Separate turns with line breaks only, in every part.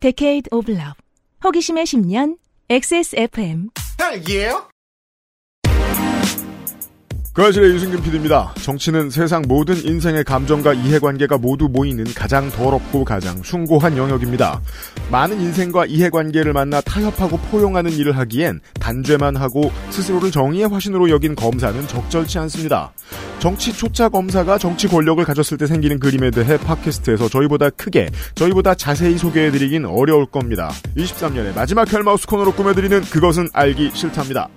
Decade of Love. 호기심의 10년, XSFM.
헬기예요?
그아실의 유승균 PD입니다. 정치는 세상 모든 인생의 감정과 이해관계가 모두 모이는 가장 더럽고 가장 숭고한 영역입니다. 많은 인생과 이해관계를 만나 타협하고 포용하는 일을 하기엔 단죄만 하고 스스로를 정의의 화신으로 여긴 검사는 적절치 않습니다. 정치 초짜 검사가 정치 권력을 가졌을 때 생기는 그림에 대해 팟캐스트에서 저희보다 크게, 저희보다 자세히 소개해드리긴 어려울 겁니다. 23년의 마지막 헬마우스 코너로 꾸며드리는 그것은 알기 싫답니다.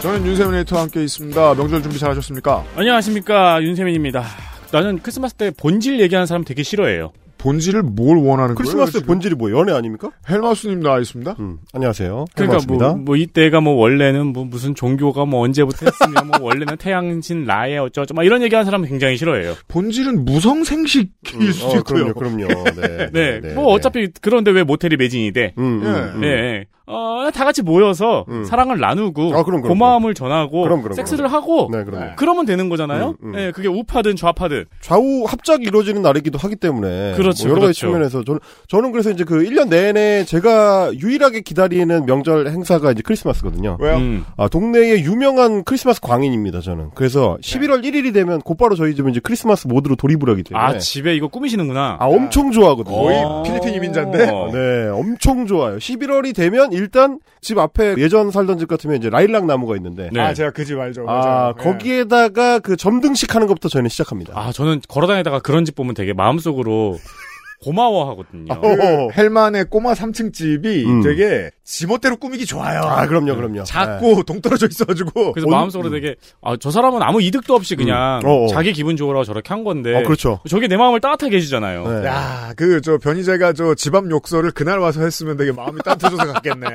저는 윤세민 에이터와 함께 있습니다. 명절 준비 잘하셨습니까?
안녕하십니까 윤세민입니다. 나는 크리스마스 때 본질 얘기하는 사람 되게 싫어해요.
본질을 뭘 원하는
크리스마스
거예요? 지금?
본질이 뭐예요? 연애 아닙니까?
헬마우스님 나와 있습니다.
음, 안녕하세요.
그러니까
반갑습니다.
뭐, 뭐 이때가 뭐 원래는 뭐 무슨 종교가 뭐 언제부터 했으며 뭐 원래는 태양신 라에 어쩌고 막 이런 얘기하는 사람 굉장히 싫어해요.
본질은 무성생식일
음,
수도
어,
있고요.
그럼요, 그럼요. 네,
네, 뭐 어차피 그런데 왜 모텔이 매진이 돼?
음, 음,
예.
음.
네, 어, 다 같이 모여서
음.
사랑을 나누고
아, 그럼, 그럼,
고마움을 전하고
그럼, 그럼,
섹스를
그럼.
하고
네, 그럼요.
네.
그러면 되는 거잖아요.
음, 음.
네, 그게 우파든 좌파든
좌우 합작이 이루어지는 날이기도 하기 때문에
그렇죠,
뭐 여러 가지
그렇죠.
측면에서 저는 저는 그래서 이제 그 1년 내내 제가 유일하게 기다리는 명절 행사가 이제 크리스마스거든요.
왜요?
음.
아, 동네의 유명한 크리스마스 광인입니다, 저는. 그래서 11월 1일이 되면 곧바로 저희 집은 이제 크리스마스 모드로 돌입을 네. 하기 때문에.
아 집에 이거 꾸미시는구나.
아, 엄청 좋아하거든요.
거의
어.
필리핀 이민자인데?
어.
네, 엄청 좋아요. 11월이 되면 일단 집 앞에 예전 살던 집 같으면 이제 라일락 나무가 있는데.
네.
아 제가 그 집 알죠.
아,
맞아요. 예.
거기에다가 그 점등식 하는 것부터 저희는 시작합니다.
아, 저는 걸어다니다가 그런 집 보면 되게 마음속으로 고마워하거든요.
어.
그 헬만의 꼬마 3층 집이
음.
되게 지멋대로 꾸미기 좋아요. 네.
아, 그럼요, 그럼요.
작고 동떨어져 있어가지고
그래서
온-
마음속으로 되게 아, 저 사람은 아무 이득도 없이 그냥
음. 어어.
자기 기분 좋으라고 저렇게 한 건데
네. 어, 그렇죠.
저게 내 마음을 따뜻하게 해주잖아요.
네.
야, 그 저 변희재가 저 집앞 욕설을 그날 와서 했으면 되게 마음이 따뜻해져서 갔겠네.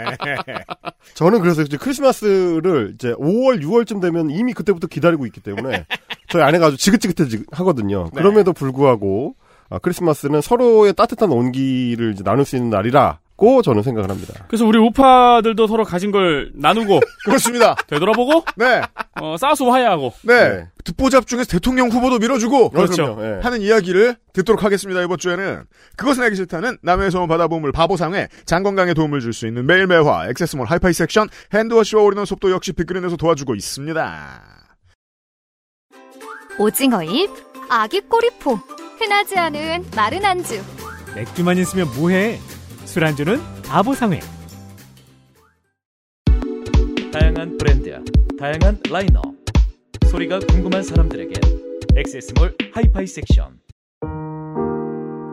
저는 그래서 이제 크리스마스를 이제 5월, 6월쯤 되면 이미 그때부터 기다리고 있기 때문에 저희 아내가 아주 지긋지긋하거든요. 그럼에도 불구하고 아, 크리스마스는 서로의 따뜻한 온기를 이제 나눌 수 있는 날이라고 저는 생각을 합니다.
그래서 우리 우파들도 서로 가진 걸 나누고
그렇습니다.
되돌아보고
네,
어, 싸수 화해하고
네,
네.
듣보잡 중에서 대통령 후보도 밀어주고
그렇죠.
그럼요, 예.
네. 하는 이야기를 듣도록 하겠습니다. 이번 주에는 그것은 알기 싫다는 남해의 소문 바다보물 바보상에 장건강에 도움을 줄 수 있는 매일매화 액세스몰 하이파이 섹션 핸드워시와 올인원 속도 역시 빅그린에서 도와주고 있습니다.
오징어 잎, 아기 꼬리포, 흔하지 않은 마른 안주.
맥주만 있으면 뭐해? 술안주는 바보상회.
다양한 브랜드, 다양한 라인업. 소리가 궁금한 사람들에게 엑세스몰 하이파이 섹션.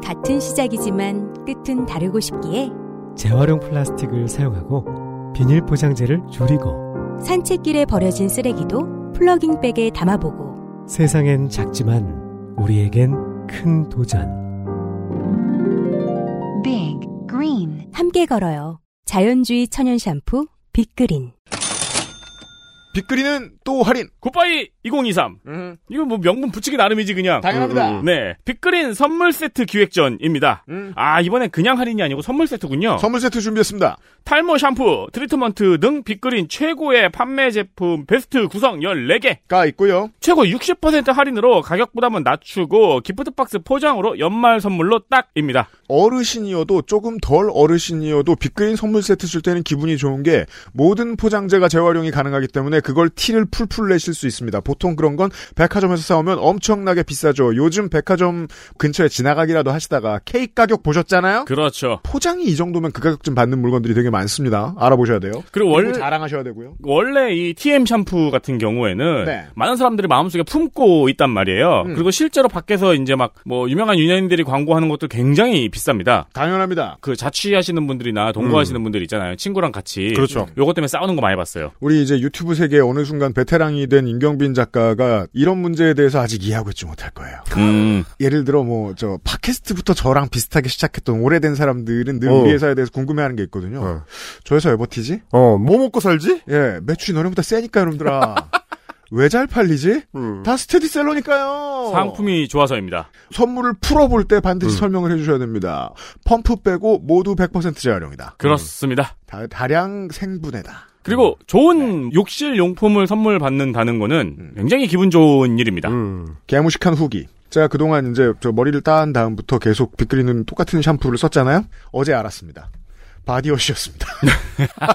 같은 시작이지만 끝은 다르고 싶기에
재활용 플라스틱을 사용하고 비닐 포장재를 줄이고
산책길에 버려진 쓰레기도 플러깅백에 담아보고
세상엔 작지만 우리에겐 큰 도전.
Big green.
함께 걸어요. 자연주의 천연 샴푸 빅그린.
빅그린은 또 할인.
굿바이 2023
음,
이건 뭐 명분 붙이기 나름이지 그냥
당연합니다.
음, 음,
네 빅그린 선물 세트 기획전입니다.
음.
아 이번엔 그냥 할인이 아니고 선물 세트군요.
음.
선물 세트 준비했습니다.
탈모 샴푸, 트리트먼트 등 빅그린 최고의 판매 제품 베스트 구성 14개.
가 있고요.
최고 60% 할인으로 가격 부담은 낮추고 기프트박스 포장으로 연말 선물로 딱입니다.
어르신이어도 조금 덜 어르신이어도 빅그린 선물 세트 줄 때는 기분이 좋은 게 모든 포장재가 재활용이 가능하기 때문에 그걸 티를 풀풀 내실 수 있습니다. 보통 그런 건 백화점에서 사오면 엄청나게 비싸죠. 요즘 백화점 근처에 지나가기라도 하시다가 케이크 가격 보셨잖아요?
그렇죠.
포장이 이 정도면 그 가격쯤 받는 물건들이 되게 많습니다. 알아보셔야 돼요.
그리고
원
원,
자랑하셔야 되고요.
원래 이 TM 샴푸 같은 경우에는
네.
많은 사람들이 마음속에 품고 있단 말이에요.
음.
그리고 실제로 밖에서 이제 막 뭐 유명한 유명인들이 광고하는 것도 굉장히 비쌉니다.
당연합니다.
그 자취하시는 분들이나 동거하시는 분들 있잖아요. 친구랑 같이.
그렇죠.
요것 때문에 싸우는 거 많이 봤어요.
우리 이제 유튜브 세계에 어느 순간 베테랑이 된 임경빈 작가가 이런 문제에 대해서 아직 이해하고 있지 못할 거예요.
음.
예를 들어 뭐 저 팟캐스트부터 저랑 비슷하게 시작했던 오래된 사람들은 늘
어.
우리 회사에 대해서 궁금해하는 게 있거든요.
어.
저 회사 왜 버티지?
어, 뭐 먹고 살지?
예, 매출이 너네보다 세니까 여러분들아. 왜 잘 팔리지?
음.
다 스테디셀러니까요.
상품이 좋아서입니다.
선물을 풀어볼 때
음.
반드시 설명을 해주셔야 됩니다. 펌프 빼고 모두 100% 재활용이다.
그렇습니다.
다, 다량 생분해다.
그리고
음. 네.
좋은 욕실 용품을 선물 받는다는
음.
거는 굉장히 기분 좋은 일입니다.
음.
개무식한 후기. 제가 그동안 이제 저 머리를 따한 다음부터 계속 빗그리는 똑같은 샴푸를 썼잖아요. 어제 알았습니다. 바디워시였습니다.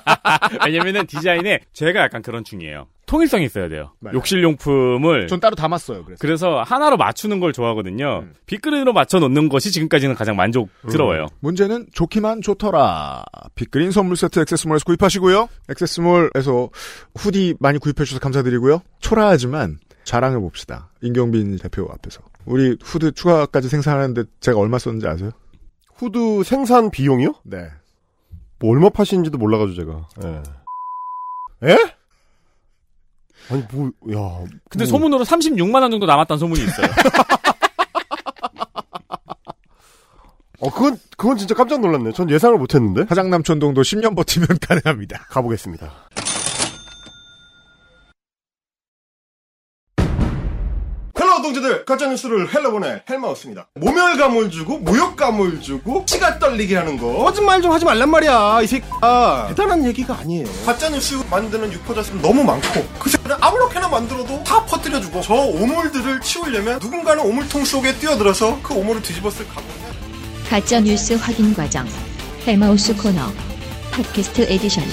왜냐면은 디자인에 제가 약간 그런 중이에요. 통일성이 있어야 돼요.
맞아요.
욕실 용품을
네. 전 따로 담았어요. 그래서
그래서 하나로 맞추는 걸 좋아하거든요.
음.
빗그린으로 맞춰 놓는 것이 지금까지는 가장 만족스러워요.
문제는 좋기만 좋더라. 빅그린 선물 세트 액세스몰에서 구입하시고요. 액세스몰에서 후디 많이 구입해주셔서 감사드리고요. 초라하지만 자랑해봅시다. 임경빈 대표 앞에서. 우리 후드 추가까지 생산하는데 제가 얼마 썼는지 아세요?
후드 생산 비용이요?
네.
뭐 얼마 파시는지도 몰라가지고 제가. 예. 에? 아니 뭐, 야. 뭐,
근데 소문으로 36만 원 정도 남았다는 소문이 있어요.
어 그건 그건 진짜 깜짝 놀랐네. 요전 예상을 못했는데.
화장남촌동도 10년 버티면 가능합니다.
가보겠습니다. 헬로 동지들 가짜뉴스를 헬로보네 헬마우스입니다 모멸감을 주고 모욕감을 주고 치가 떨리게 하는 거 거짓말 좀 하지 말란 말이야 이 새끼야 아, 대단한 얘기가 아니에요 가짜뉴스 만드는 유포자수는 너무 많고 그 새끼는 아무렇게나 만들어도 다 퍼뜨려주고 저 오물들을 치우려면 누군가는 오물통 속에 뛰어들어서 그 오물을 뒤집었을 각오
가짜 뉴스 확인 과정 헬마우스 코너 팟캐스트 에디션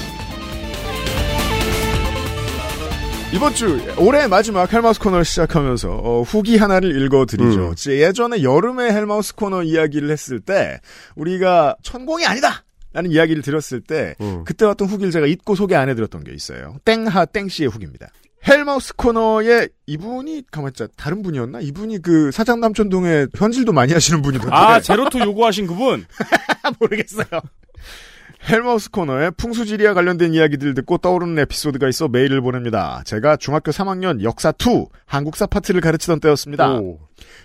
이번 주 올해 마지막 헬마우스 코너를 시작하면서 어, 후기 하나를 읽어드리죠.
음.
예전에 여름에 헬마우스 코너 이야기를 했을 때 우리가 천공이 아니다! 라는 이야기를 드렸을 때
음.
그때 왔던 후기를 제가 잊고 소개 안 해드렸던 게 있어요. 땡하 땡씨의 후기입니다. 헬마우스 코너에 이분이 가만 있자 다른 분이었나? 이분이 그 사장 남천동에 현질도 많이 하시는 분이던데
아, 제로투 요구하신 그분?
모르겠어요. 헬마우스 코너에 풍수지리와 관련된 이야기들 듣고 떠오르는 에피소드가 있어 메일을 보냅니다. 제가 중학교 3학년 역사 2 한국사 파트를 가르치던 때였습니다.
오.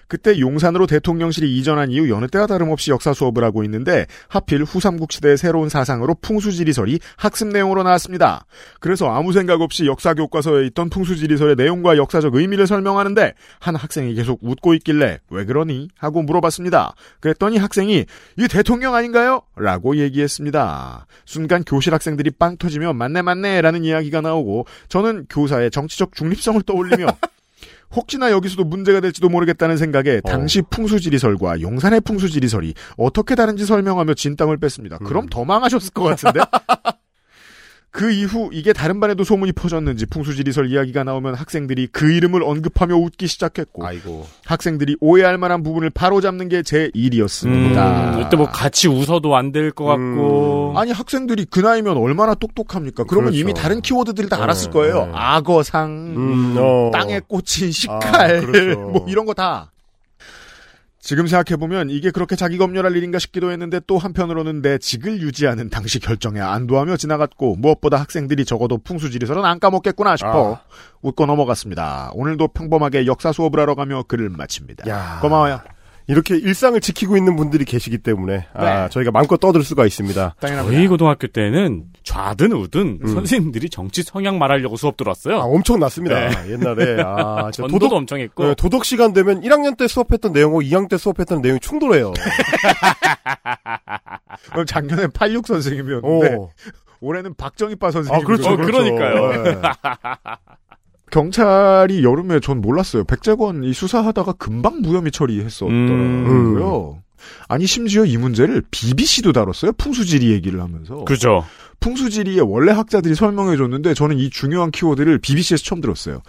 그때 용산으로 대통령실이 이전한 이후 여느 때와 다름없이 역사 수업을 하고 있는데 하필 후삼국 시대의 새로운 사상으로 풍수지리설이 학습 내용으로 나왔습니다. 그래서 아무 생각 없이 역사 교과서에 있던 풍수지리설의 내용과 역사적 의미를 설명하는데 한 학생이 계속 웃고 있길래 왜 그러니 하고 물어봤습니다. 그랬더니 학생이 이 대통령 아닌가요? 라고 얘기했습니다. 순간 교실 학생들이 빵 터지며 맞네 맞네 라는 이야기가 나오고 저는 교사의 정치적 중립성을 떠올리며 혹시나 여기서도 문제가 될지도 모르겠다는 생각에 당시 풍수지리설과 용산의 풍수지리설이 어떻게 다른지 설명하며 진땀을 뺐습니다. 그럼 더 망하셨을 것 같은데? 그 이후 이게 다른 반에도 소문이 퍼졌는지 풍수지리설 이야기가 나오면 학생들이 그 이름을 언급하며 웃기 시작했고
아이고
학생들이 오해할 만한 부분을 바로잡는 게 제 일이었습니다.
음,
이때 뭐 같이 웃어도 안 될 것 같고.
아니 학생들이 그 나이면 얼마나 똑똑합니까? 그러면
그렇죠.
이미 다른 키워드들을 다
네,
알았을 거예요.
네.
악어상,
음, 어.
땅에 꽂힌 식칼,
아, 그렇죠.
뭐 이런 거 다. 지금 생각해보면 이게 그렇게 자기 검열할 일인가 싶기도 했는데 또 한편으로는 내 직을 유지하는 당시 결정에 안도하며 지나갔고 무엇보다 학생들이 적어도 풍수지리설은 안 까먹겠구나 싶어
아.
웃고 넘어갔습니다. 오늘도 평범하게 역사 수업을 하러 가며 글을 마칩니다.
야.
고마워요.
이렇게 일상을 지키고 있는 분들이 계시기 때문에 아, 저희가 마음껏 떠들 수가 있습니다.
저희 고등학교 때는 좌든
음.
우든 선생님들이 정치 성향 말하려고 수업
아,
들어왔어요.
엄청 났습니다. 옛날에 아, 진짜
전도도
도덕
엄청 했고.
네, 도덕 시간 되면 1학년 때 수업했던 내용하고 2학년 때 수업했던 내용이 충돌해요.
그럼 작년에 86
오.
선생님이었는데 올해는 박정희빠 네. 선생님.
어. 아, 그렇죠.
어,
그렇죠.
그러니까요.
네.
경찰이 여름에 전 몰랐어요. 백재건이 수사하다가 금방 무혐의 처리했었더라고요.
음.
아니 심지어 이 문제를 BBC도 다뤘어요. 풍수지리 얘기를 하면서.
그죠.
풍수지리의 원래 학자들이 설명해 줬는데 저는 이 중요한 키워드를 BBC에서 처음 들었어요.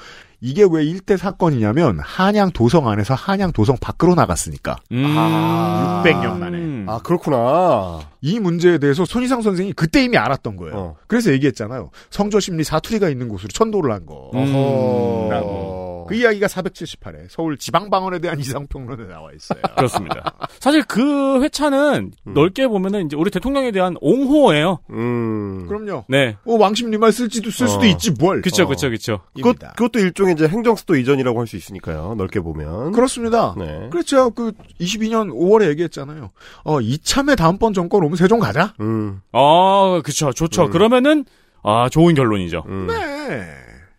이게 왜 1대 사건이냐면 한양 도성 안에서 한양 도성 밖으로 나갔으니까.
아.
600년 만에.
음.
아, 그렇구나.
이 문제에 대해서 손희상 선생이 그때 이미 알았던 거예요.
어.
그래서 얘기했잖아요. 성저심리 사투리가 있는 곳으로 천도를 한 거.
어.
음.
라고.
그 이야기가 478회 서울 지방방언에 대한 이상평론에 나와 있어요.
그렇습니다. 사실 그 회차는
음.
넓게 보면은 이제 우리 대통령에 대한 옹호예요.
음.
그럼요.
네.
어, 왕십리말 쓸지도 쓸 수도
어.
있지 뭘.
그쵸,
어.
그쵸, 그쵸.
그것,
입니다.
그것도 일종의 이제 행정수도 이전이라고 할 수 있으니까요. 넓게 보면.
그렇습니다.
네.
그렇죠. 그 22년 5월에 얘기했잖아요. 어, 이참에 다음번 정권 오면 세종 가자.
음.
아, 그쵸, 좋죠.
음.
그러면은, 아, 좋은 결론이죠.
음.
네.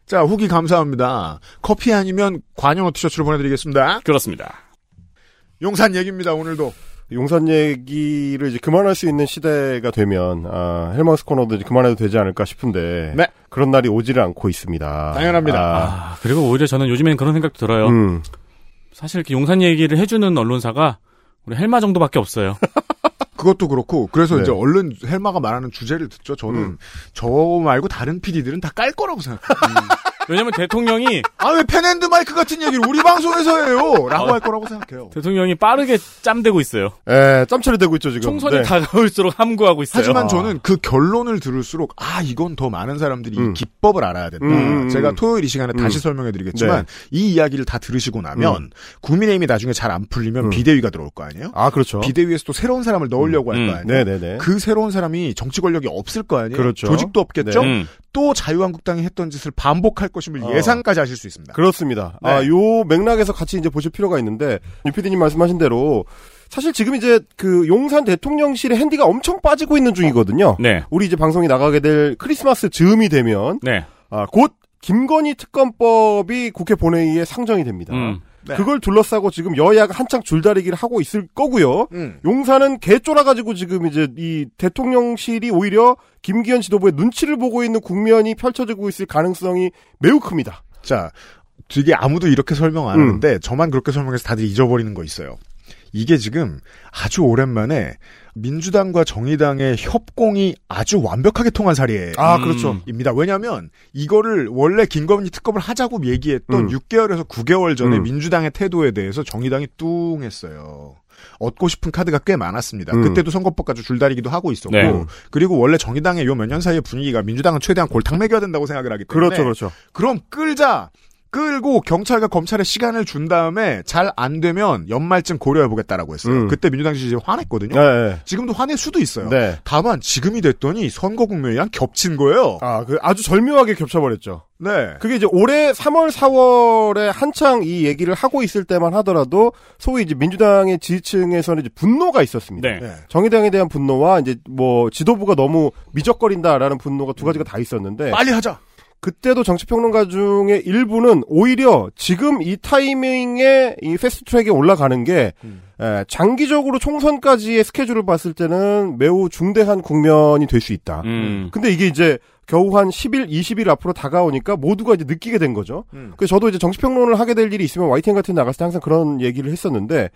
자, 후기 감사합니다. 커피 아니면 관용어 티셔츠를 보내드리겠습니다.
그렇습니다.
용산 얘기입니다, 오늘도.
용산 얘기를 이제 그만할 수 있는 시대가 되면 아, 헬마우스 코너도 이제 그만해도 되지 않을까 싶은데
네.
그런 날이 오지를 않고 있습니다.
당연합니다.
아, 그리고 오히려 저는 요즘엔 그런 생각도 들어요.
아, 음.
사실 이렇게 용산 얘기를 해주는 언론사가 우리 헬마 정도밖에 없어요.
그것도 그렇고, 그래서
네.
이제 얼른 헬마가 말하는 주제를 듣죠. 저는
음.
저 말고 다른 PD들은 다 깔 거라고 생각해요.
왜냐면 대통령이
아, 왜 펜앤드 마이크 같은 얘기를 우리 방송에서 해요? 라고 할 거라고 생각해요.
아,
대통령이 빠르게 짬대고 있어요.
에, 예, 짬처리 되고 있죠 지금.
총선이
네.
다가올수록 함구하고 있어요.
하지만
아.
저는 그 결론을 들을수록 아 이건 더 많은 사람들이 이
음.
기법을 알아야 된다.
음, 음,
제가
음.
토요일 이 시간에 다시
음.
설명해드리겠지만 이 이야기를 다 들으시고 나면 국민의힘이 나중에 잘 안 풀리면
음.
비대위가 들어올 거 아니에요?
아 그렇죠.
비대위에서 또 새로운 사람을 넣으려고 할
음.
거 아니에요?
네네네.
그 새로운 사람이 정치 권력이 없을 거 아니에요?
그렇죠.
조직도 없겠죠?
네.
음.
또 자유한국당이 했던 짓을 반복할 것임을
어.
예상까지 하실 수 있습니다.
그렇습니다.
네.
아, 요 맥락에서 같이 이제 보실 필요가 있는데, 유 PD님 말씀하신 대로, 사실 지금 이제 그 용산 대통령실의 핸디가 엄청 빠지고 있는 중이거든요.
네.
우리 이제 방송이 나가게 될 크리스마스 즈음이 되면,
네.
아, 곧 김건희 특검법이 국회 본회의에 상정이 됩니다.
음.
네.
그걸 둘러싸고 지금 여야가 한창 줄다리기를 하고 있을 거고요.
음.
용사는 개쫄아가지고 지금 이제 이 대통령실이 오히려 김기현 지도부의 눈치를 보고 있는 국면이 펼쳐지고 있을 가능성이 매우 큽니다.
자, 되게 아무도 이렇게 설명 안
음.
하는데 저만 그렇게 설명해서 다들 잊어버리는 거 있어요. 이게 지금 아주 오랜만에 민주당과 정의당의 협공이 아주 완벽하게 통한 사례.
아,
음.
그렇죠.
입니다. 왜냐하면 이거를 원래 김건희 특검을 하자고 얘기했던
음.
6개월에서 9개월 전에
음.
민주당의 태도에 대해서 정의당이 뚱했어요. 얻고 싶은 카드가 꽤 많았습니다.
음.
그때도 선거법까지 줄다리기도 하고 있었고
네.
그리고 원래 정의당의 요 몇 년 사이의 분위기가 민주당은 최대한 골탕 먹여야 된다고 생각을 하기 때문에
그렇죠, 그렇죠.
그럼 끌자. 끌고 경찰과 검찰에 시간을 준 다음에 잘 안 되면 연말쯤 고려해 보겠다라고 했어요.
음.
그때 민주당 지지 화냈거든요.
네.
지금도 화낼 수도 있어요.
네.
다만 지금이 됐더니 선거 국면이랑 겹친 거예요.
아, 그 아주 절묘하게 겹쳐버렸죠.
네.
그게 이제 올해 3월, 4월에 한창 이 얘기를 하고 있을 때만 하더라도 소위 이제 민주당의 지지층에서는 이제 분노가 있었습니다.
네.
네.
정의당에 대한 분노와 이제 뭐 지도부가 너무 미적거린다라는 분노가 두 가지가 다 있었는데
빨리 하자.
그때도 정치평론가 중에 일부는 오히려 지금 이 타이밍에 이 패스트트랙에 올라가는 게 에, 장기적으로 총선까지의 스케줄을 봤을 때는 매우 중대한 국면이 될 수 있다.
음.
근데 이게 이제 겨우 한 10일, 20일 앞으로 다가오니까 모두가 이제 느끼게 된 거죠.
음.
그래서 저도 이제 정치평론을 하게 될 일이 있으면 YTN 같은 데 나갔을 때 항상 그런 얘기를 했었는데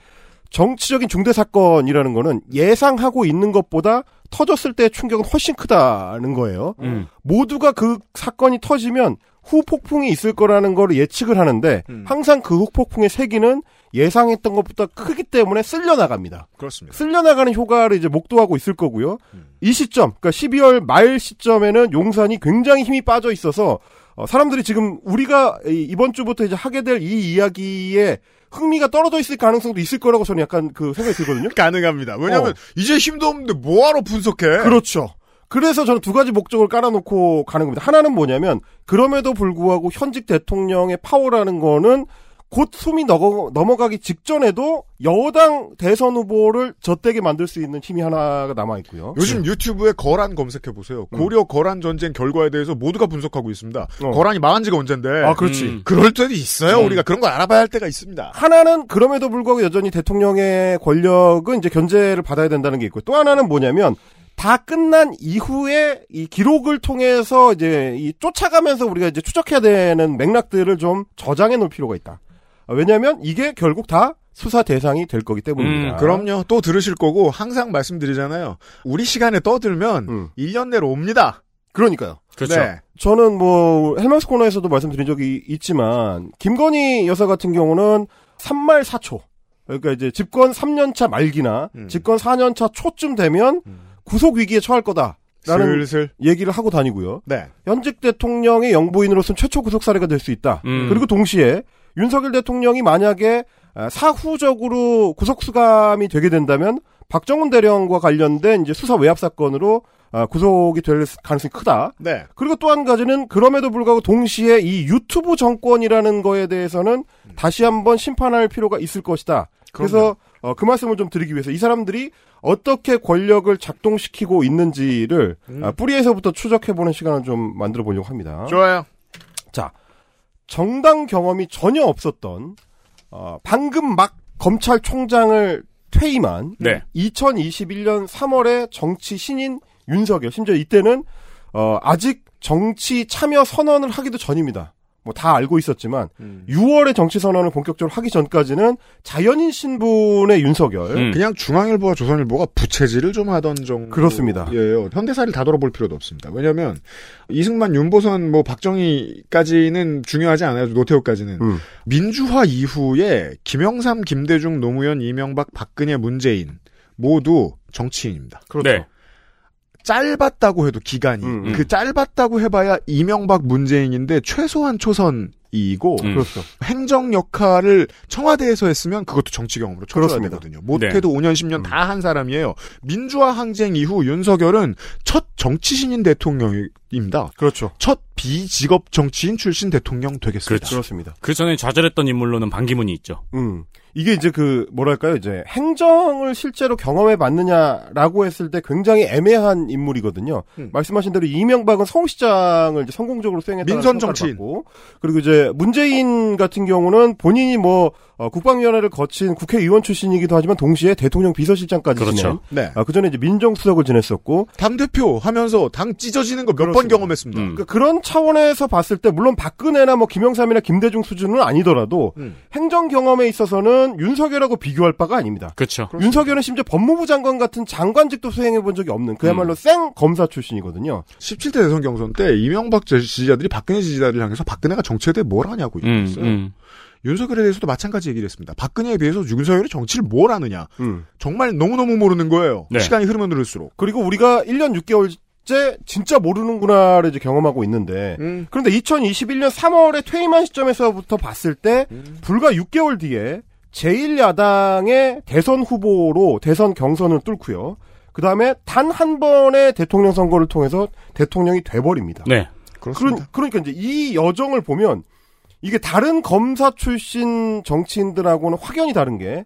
정치적인 중대 사건이라는 거는 예상하고 있는 것보다 터졌을 때의 충격은 훨씬 크다는 거예요.
음.
모두가 그 사건이 터지면 후폭풍이 있을 거라는 걸 예측을 하는데
음.
항상 그 후폭풍의 세기는 예상했던 것보다 크기 때문에 쓸려 나갑니다.
그렇습니다.
쓸려 나가는 효과를 이제 목도하고 있을 거고요. 이 시점, 그러니까 12월 말 시점에는 용산이 굉장히 힘이 빠져 있어서 어, 사람들이 지금 우리가 이- 이번 주부터 이제 하게 될 이 이야기에 흥미가 떨어져 있을 가능성도 있을 거라고 저는 약간 그 생각이 들거든요.
네. 가능합니다. 왜냐하면
어.
이제 힘도 없는데 뭐하러 분석해?
그렇죠. 그래서 저는 두 가지 목적을 깔아놓고 가는 겁니다. 하나는 뭐냐면 그럼에도 불구하고 현직 대통령의 파워라는 거는 곧 숨이 넘어, 넘어가기 직전에도 여당 대선 후보를 젖대게 만들 수 있는 힘이 하나가 남아 있고요.
요즘 유튜브에 거란 검색해 보세요. 고려 거란 전쟁 결과에 대해서 모두가 분석하고 있습니다. 거란이 망한 지가 네. 언젠데.
아 그렇지.
음.
그럴 때도 있어요.
음.
우리가 그런 걸 알아봐야 할 때가 있습니다.
하나는 그럼에도 불구하고 여전히 대통령의 권력은 이제 견제를 받아야 된다는 게 있고 또 하나는 뭐냐면 다 끝난 이후에 이 기록을 통해서 이제 이 쫓아가면서 우리가 이제 추적해야 되는 맥락들을 좀 저장해 놓을 필요가 있다. 아, 왜냐하면 이게 결국 다 수사 대상이 될 거기
음,
때문입니다.
그럼요. 또 들으실 거고 항상 말씀드리잖아요. 우리 시간에 떠들면
음.
1년 내로 옵니다.
그러니까요.
그렇죠.
네.
저는 뭐 헬마스 코너에서도 말씀드린 적이 있지만 김건희 여사 같은 경우는 3말 4초 그러니까 이제 집권 3년차 말기나
음.
집권 4년차 초쯤 되면 구속 위기에 처할 거다. 라는
슬슬.
얘기를 하고 다니고요.
네.
현직 대통령의 영부인으로서는 최초 구속 사례가 될 수 있다.
음.
그리고 동시에 윤석열 대통령이 만약에 아, 사후적으로 구속 수감이 되게 된다면 박정훈 대령과 관련된 이제 수사 외압 사건으로 아, 구속이 될 가능성이 크다.
네.
그리고 또 한 가지는 그럼에도 불구하고 동시에 이 유튜브 정권이라는 거에 대해서는 다시 한번 심판할 필요가 있을 것이다. 그래서 그 말씀을 좀 드리기 위해서 이 사람들이 어떻게 권력을 작동시키고 있는지를
음.
아, 뿌리에서부터 추적해보는 시간을 좀 만들어 보려고 합니다.
좋아요.
자, 정당 경험이 전혀 없었던 어, 방금 막 검찰총장을 퇴임한
네.
2021년 3월에 정치 신인 윤석열 심지어 이때는 어, 아직 정치 참여 선언을 하기도 전입니다. 뭐 다 알고 있었지만 6월에 정치 선언을 본격적으로 하기 전까지는 자연인 신분의 윤석열
음.
그냥 중앙일보와 조선일보가 부채질을 좀 하던 정도.
그렇습니다.
예요. 현대사를 다 돌아볼 필요도 없습니다. 왜냐하면 이승만, 윤보선, 뭐 박정희까지는 중요하지 않아요. 노태우까지는
음.
민주화 이후에 김영삼, 김대중, 노무현, 이명박, 박근혜, 문재인 모두 정치인입니다.
네.
짧았다고 해도 기간이
그렇죠. 음, 음.
그 짧았다고 해봐야 이명박, 문재인인데 최소한 초선이고
음.
그렇죠.
행정 역할을 청와대에서 했으면 그것도 정치 경험으로 쳐줘야
그렇습니다.
되거든요. 못해도
네.
5년
음.
10년 다 한 사람이에요. 민주화 항쟁 이후 윤석열은 첫 정치 신인 대통령입니다.
그렇죠.
첫 비직업 정치인 출신 대통령 되겠습니다.
그렇습니다.
그 전에 좌절했던 인물로는 반기문이 있죠.
음. 이게 이제 그 뭐랄까요? 이제 행정을 실제로 경험해 봤느냐라고 했을 때 굉장히 애매한 인물이거든요.
음.
말씀하신 대로 이명박은 서울시장을 이제 성공적으로 수행했다는
민선
평가를
정치인.
받고, 그리고 이제 문재인 같은 경우는 본인이 뭐 어, 국방위원회를 거친 국회의원 출신이기도 하지만 동시에 대통령 비서실장까지
그렇죠.
지낸
네.
아, 그 전에 이제 민정수석을 지냈었고
당 대표 하면서 당 찢어지는 거 몇 번
그렇습니다.
경험했습니다.
음.
그런 차원에서 봤을 때 물론 박근혜나 뭐 김영삼이나 김대중 수준은 아니더라도
음.
행정 경험에 있어서는 윤석열하고 비교할 바가 아닙니다.
그렇죠.
윤석열은 심지어 법무부 장관 같은 장관직도 수행해 본 적이 없는 그야말로
음.
생 검사 출신이거든요.
17대 대선 경선 때 이명박 지지자들이 박근혜 지지자들 향해서 박근혜가 정치에 대해 뭘 하냐고
음,
얘기했어요.
음.
윤석열에 대해서도 마찬가지 얘기를 했습니다. 박근혜에 비해서 윤석열이 정치를 뭘 하느냐.
음.
정말 너무너무 모르는 거예요.
네.
시간이 흐르면 흐를수록.
그리고 우리가 1년 6개월째 진짜 모르는구나를 이제 경험하고 있는데
음.
그런데 2021년 3월에 퇴임한 시점에서부터 봤을 때
음.
불과 6개월 뒤에 제1야당의 대선 후보로 대선 경선을 뚫고요. 그 다음에 단 한 번의 대통령 선거를 통해서 대통령이 돼버립니다.
네.
그런, 그러니까 이제 이 여정을 보면 이게 다른 검사 출신 정치인들하고는 확연히 다른 게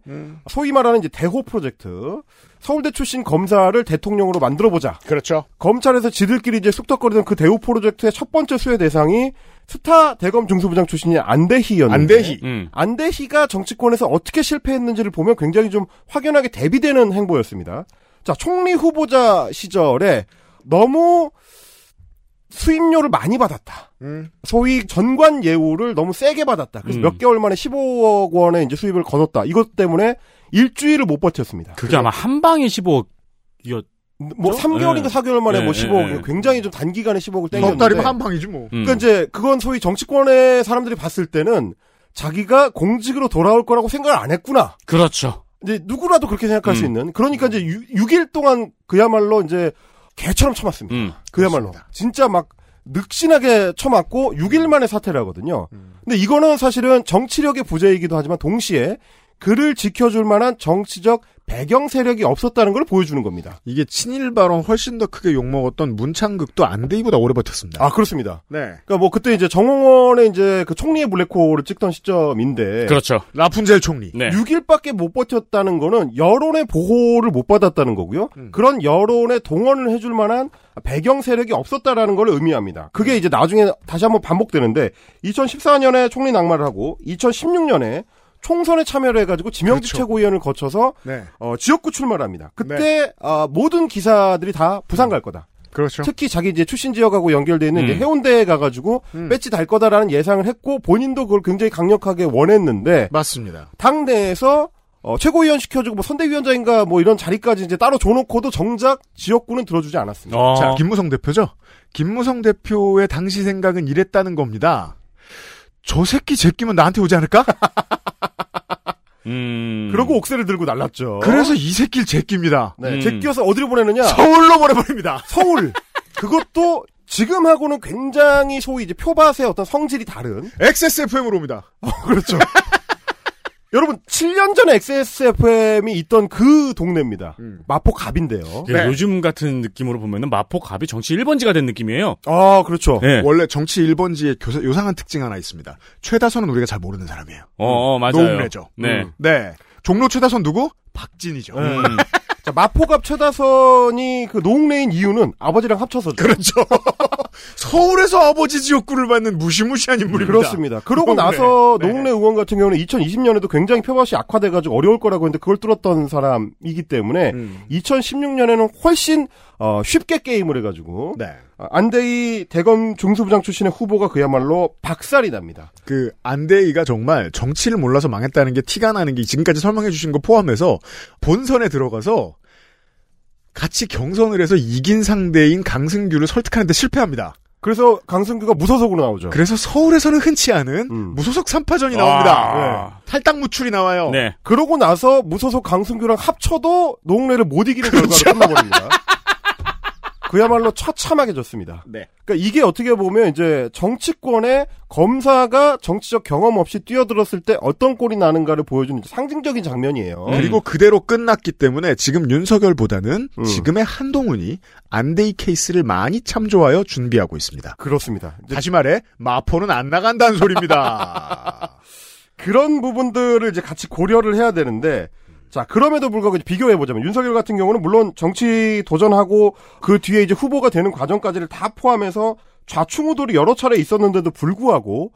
소위 말하는 이제 대호 프로젝트 서울대 출신 검사를 대통령으로 만들어 보자.
그렇죠.
검찰에서 지들끼리 이제 쑥덕거리던 그 대호 프로젝트의 첫 번째 수혜 대상이 스타 대검 중수부장 출신이 안대희였는데
안대희.
음.
안대희가 정치권에서 어떻게 실패했는지를 보면 굉장히 좀 확연하게 대비되는 행보였습니다. 자, 총리 후보자 시절에 너무 수임료를 많이 받았다.
음.
소위 전관 예우를 너무 세게 받았다. 그래서
음.
몇 개월 만에 15억 원의 이제 수입을 거뒀다. 이것 때문에 일주일을 못 버텼습니다.
그게 아마 한 방에 15억이었.
뭐
그렇죠?
3개월인가
네.
4개월 만에 뭐
네,
15억,
네, 네.
굉장히 좀 단기간에 10억을 땡겼는데.
석 달이면 한 방이지 뭐.
음.
그러니까 이제 그건 소위 정치권의 사람들이 봤을 때는 자기가 공직으로 돌아올 거라고 생각을 안 했구나.
그렇죠.
이제 누구라도 그렇게 생각할 수
음.
있는. 그러니까 이제 6, 일 동안 그야말로 이제 개처럼 참았습니다.
음.
그야말로
그렇습니다.
진짜 막 늑신하게 처맞고 6일 만에 사퇴를 하거든요.
음.
근데 이거는 사실은 정치력의 부재이기도 하지만 동시에 그를 지켜줄 만한 정치적 배경 세력이 없었다는 걸 보여주는 겁니다.
이게 친일 발언 훨씬 더 크게 욕먹었던 문창극도 안대희보다 오래 버텼습니다.
아 그렇습니다.
네.
그러니까 뭐 그때 이제 정홍원의 이제 그 총리의 블랙홀을 찍던 시점인데
그렇죠.
라푼젤 총리.
네.
6일밖에 못 버텼다는 거는 여론의 보호를 못 받았다는 거고요.
음.
그런 여론에 동원을 해줄 만한 배경 세력이 없었다라는 걸 의미합니다. 그게
음.
이제 나중에 다시 한번 반복되는데 2014년에 총리 낙마를 하고 2016년에 총선에 참여를 해가지고 지명직
그렇죠.
최고위원을 거쳐서
네.
어, 지역구 출마를 합니다. 그때 아, 모든 기사들이 다 부산 갈 거다.
그렇죠.
특히 자기 이제 출신 지역하고 연결돼 있는
음.
이제 해운대에 가가지고
음.
배지 달 거다라는 예상을 했고 본인도 그걸 굉장히 강력하게 원했는데
맞습니다.
당내에서 어, 최고위원 시켜주고 뭐 선대위원장인가 뭐 이런 자리까지 이제 따로 줘놓고도 정작 지역구는 들어주지 않았습니다.
어.
자, 김무성 대표죠? 김무성 대표의 당시 생각은 이랬다는 겁니다. 저 새끼 제끼면 나한테 오지 않을까?
음.
그러고 어, 옥새를 들고 날랐죠.
그래서 이 새끼를 제끼입니다.
네,
음.
제끼어서 어디로 보내느냐?
서울로 보내버립니다.
서울. 그것도 지금하고는 굉장히 소위 이제 표밭의 어떤 성질이 다른.
XSFM으로 옵니다.
그렇죠. 여러분 7년 전에 XSFM이 있던 그 동네입니다.
음.
마포 갑인데요.
예,
네.
요즘 같은 느낌으로 보면은 마포갑이 정치 1번지가 된 느낌이에요.
아 그렇죠.
예.
원래 정치 1번지의 교사, 요상한 특징 하나 있습니다. 최다선은 우리가 잘 모르는 사람이에요. 음.
어, 어, 맞아요.
노무래죠.
네.
네. 종로 최다선 누구? 박진이죠.
음.
자, 마포갑 최다선이 그 노웅래인 이유는 아버지랑 합쳐서
그렇죠. 서울에서 아버지 지역구를 받는 무시무시한 인물입니다.
그렇습니다. 그러고
노웅래.
나서
네.
노웅래 의원 같은 경우는 2020년에도 굉장히 표밭이 악화돼가지고 어려울 거라고 했는데 그걸 뚫었던 사람이기 때문에
음.
2016년에는 훨씬 어, 쉽게 게임을 해가지고
네.
아, 안대희 대검 중수부장 출신의 후보가 그야말로 박살이 납니다.
그 안대희가 정말 정치를 몰라서 망했다는 게 티가 나는 게 지금까지 설명해 주신 거 포함해서 본선에 들어가서 같이 경선을 해서 이긴 상대인 강승규를 설득하는데 실패합니다.
그래서 강승규가 무소속으로 나오죠.
그래서 서울에서는 흔치 않은
음. 아.
무소속 3파전이
와.
나옵니다. 네. 탈당 무출이 나와요.
네.
그러고 나서 무소속 강승규랑 합쳐도 노웅래를 못 이기는 결과로 끝나버립니다. 그야말로 처참하게 졌습니다.
네.
그러니까 이게 어떻게 보면 이제 정치권에 검사가 정치적 경험 없이 뛰어들었을 때 어떤 꼴이 나는가를 보여주는 상징적인 장면이에요.
음.
그리고 그대로 끝났기 때문에 지금 윤석열보다는
음.
지금의 한동훈이 안대희 케이스를 많이 참조하여 준비하고 있습니다.
그렇습니다. 이제
네. 다시 말해 마포는 안 나간다는 소리입니다.
그런 부분들을 이제 같이 고려를 해야 되는데 자 그럼에도 불구하고 이제 비교해보자면 윤석열 같은 경우는 물론 정치 도전하고 그 뒤에 이제 후보가 되는 과정까지를 다 포함해서 좌충우돌이 여러 차례 있었는데도 불구하고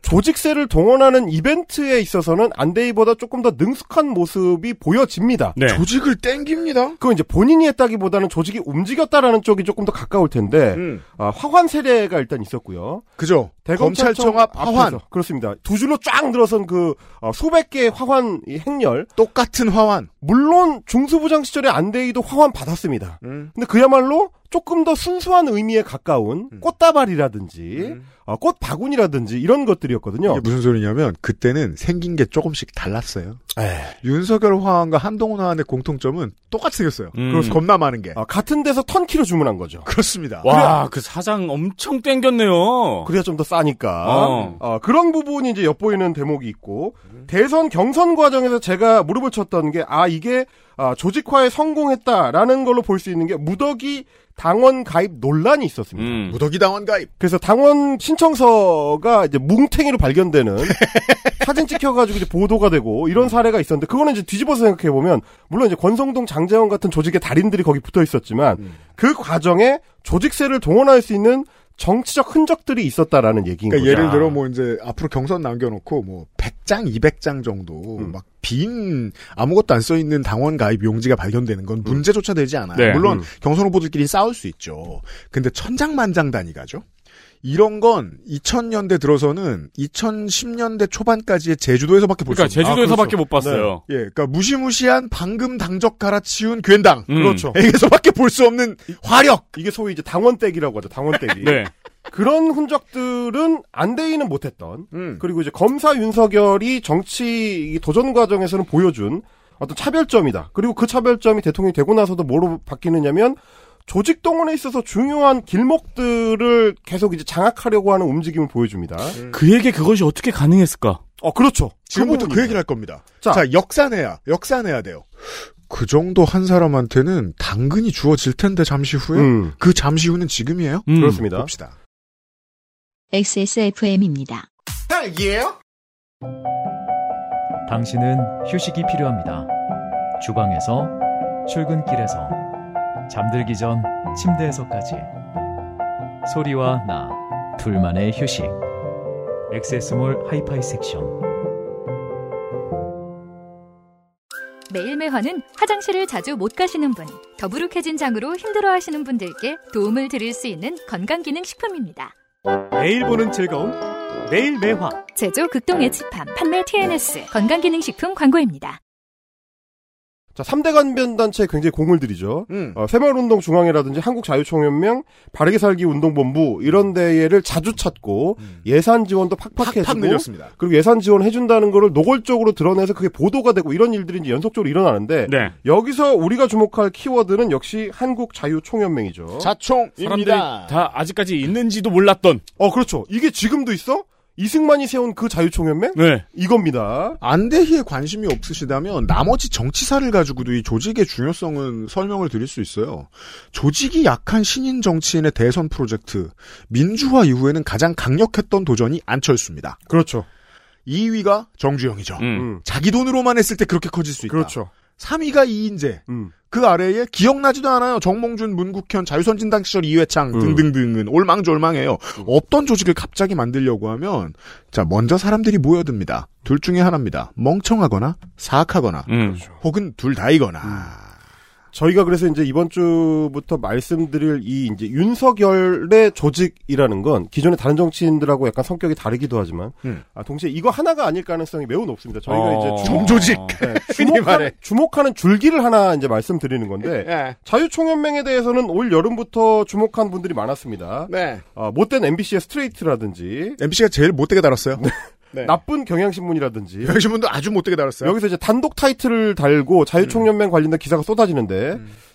조직세를 동원하는 이벤트에 있어서는 안데이보다 조금 더 능숙한 모습이 보여집니다.
네.
조직을 땡깁니다.
그건 이제 본인이 했다기보다는 조직이 움직였다라는 쪽이 조금 더 가까울 텐데
음.
아, 화환 세례가 일단 있었고요.
그죠. 검찰청 앞 화환
앞에서. 그렇습니다. 두 줄로 쫙 늘어선 그 어, 수백 개의 화환 이 행렬
똑같은 화환.
물론 중수부장 시절에 안대희도 화환 받았습니다.
음.
근데 그야말로 조금 더 순수한 의미에 가까운
음.
꽃다발이라든지 어, 꽃 바구니라든지 이런 것들이었거든요.
이게 무슨 소리냐면 그때는 생긴 게 조금씩 달랐어요.
에이,
네. 윤석열 화환과 한동훈 화환의 공통점은 똑같이 생겼어요.
음.
그래서 겁나 많은 게.
어, 같은 데서 턴키로 주문한 거죠.
아, 그렇습니다.
와, 그 사장 엄청 땡겼네요.
그래야 좀 더 싸니까.
아.
어.
어, 그런 부분이 이제 엿보이는 대목이 있고 대선 경선 과정에서 제가 무릎을 쳤던 게 아 이게 아, 조직화에 성공했다라는 걸로 볼 수 있는 게 무더기 당원 가입 논란이 있었습니다.
음.
무더기 당원 가입.
그래서 당원 신청서가 이제 뭉탱이로 발견되는 사진 찍혀가지고 이제 보도가 되고 이런 사례가 있었는데 그거는 이제 뒤집어서 생각해 보면 물론 이제 권성동 장재원 같은 조직의 달인들이 거기 붙어 있었지만
음.
그 과정에 조직세를 동원할 수 있는 정치적 흔적들이 있었다라는 얘기인
그러니까
거죠.
예를 들어 뭐 이제 앞으로 경선 남겨놓고 뭐 100장, 200장 정도
음.
막 빈 아무것도 안 써 있는 당원 가입 용지가 발견되는 건 문제조차 되지 않아요.
음. 네.
물론
음.
경선 후보들끼리 싸울 수 있죠. 근데 천장만장 단위가죠. 이런 건 2000년대 들어서는 2010년대 초반까지의 제주도에서밖에 볼 수
그러니까
없어요.
제주도에서밖에 못 봤어요.
예, 그러니까 무시무시한 방금 당적 갈아치운 괜당.
음.
그렇죠.
에게서밖에 볼 수 없는 화력.
이게 소위 이제 당원댁이라고 하죠. 당원댁이.
네.
그런 흔적들은 안대인은 못했던
음.
그리고 이제 검사 윤석열이 정치 이 도전 과정에서는 보여준 어떤 차별점이다. 그리고 그 차별점이 대통령이 되고 나서도 뭐로 바뀌느냐면 조직 동원에 있어서 중요한 길목들을 계속 이제 장악하려고 하는 움직임을 보여줍니다.
음.
그에게 그것이 어떻게 가능했을까?
어 그렇죠.
지금부터 그
부분입니다.
얘기를 할 겁니다. 자,
자.
역산해야, 역산해야 돼요. 그 정도 한 사람한테는 당근이 주어질 텐데 잠시 후에
음,
그 잠시 후는 지금이에요.
음.
그렇습니다.
봅시다.
XSFM입니다.
당신은 휴식이 필요합니다. 주방에서 출근길에서 잠들기 전 침대에서까지 소리와 나 둘만의 휴식 엑세스몰 하이파이 섹션
매일 매화는 화장실을 자주 못 가시는 분, 더부룩해진 장으로 힘들어하시는 분들께 도움을 드릴 수 있는 건강기능 식품입니다.
매일 보는 즐거움 매일 매화
제조 극동 에치팜, 판매 TNS, 건강기능식품 광고입니다.
자 3대 간변단체에 굉장히 공을 들이죠.
음.
어, 새마을운동 중앙회라든지 한국자유총연맹, 바르게살기 운동본부 이런 데를 자주 찾고 예산 지원도 팍팍
음. 팍팍
해주고
늘렸습니다.
그리고 예산 지원 해준다는 거를 노골적으로 드러내서 그게 보도가 되고 이런 일들이 이제 연속적으로 일어나는데
네.
여기서 우리가 주목할 키워드는 역시 한국자유총연맹이죠.
사람들이
자총입니다.
다 아직까지 있는지도 몰랐던.
어 그렇죠. 이게 지금도 있어? 이승만이 세운 그 자유총연맹?
네.
이겁니다.
안대희에 관심이 없으시다면 나머지 정치사를 가지고도 이 조직의 중요성은 설명을 드릴 수 있어요. 조직이 약한 신인 정치인의 대선 프로젝트, 민주화 이후에는 가장 강력했던 도전이 안철수입니다.
그렇죠.
2위가 정주영이죠.
음.
음.
자기 돈으로만 했을 때 그렇게 커질 수 있다.
그렇죠.
3위가 이인재.
음.
그 아래에 기억나지도 않아요. 정몽준, 문국현, 자유선진당 시절 이회창
음.
등등등은 올망졸망해요. 없던 조직을 갑자기 만들려고 하면 자 먼저 사람들이 모여듭니다. 둘 중에 하나입니다. 멍청하거나 사악하거나
음.
혹은 둘 다이거나.
음. 저희가 그래서 이제 이번 주부터 말씀드릴 이 이제 윤석열의 조직이라는 건 기존의 다른 정치인들하고 약간 성격이 다르기도 하지만
음.
아, 동시에 이거 하나가 아닐 가능성이 매우 높습니다. 저희가
어.
이제 주목,
정조직.
네,
흔히 말해.
주목하는, 주목하는 줄기를 하나 이제 말씀드리는 건데
네.
자유총연맹에 대해서는 올 여름부터 주목한 분들이 많았습니다.
네.
아, 못된 MBC의 스트레이트라든지
MC가 제일 못되게 달았어요. 네.
나쁜 경향신문이라든지
여기신 분도 아주 못되게 달았어요.
여기서 이제 단독 타이틀을 달고 자유총연맹 관련된 기사가 쏟아지는데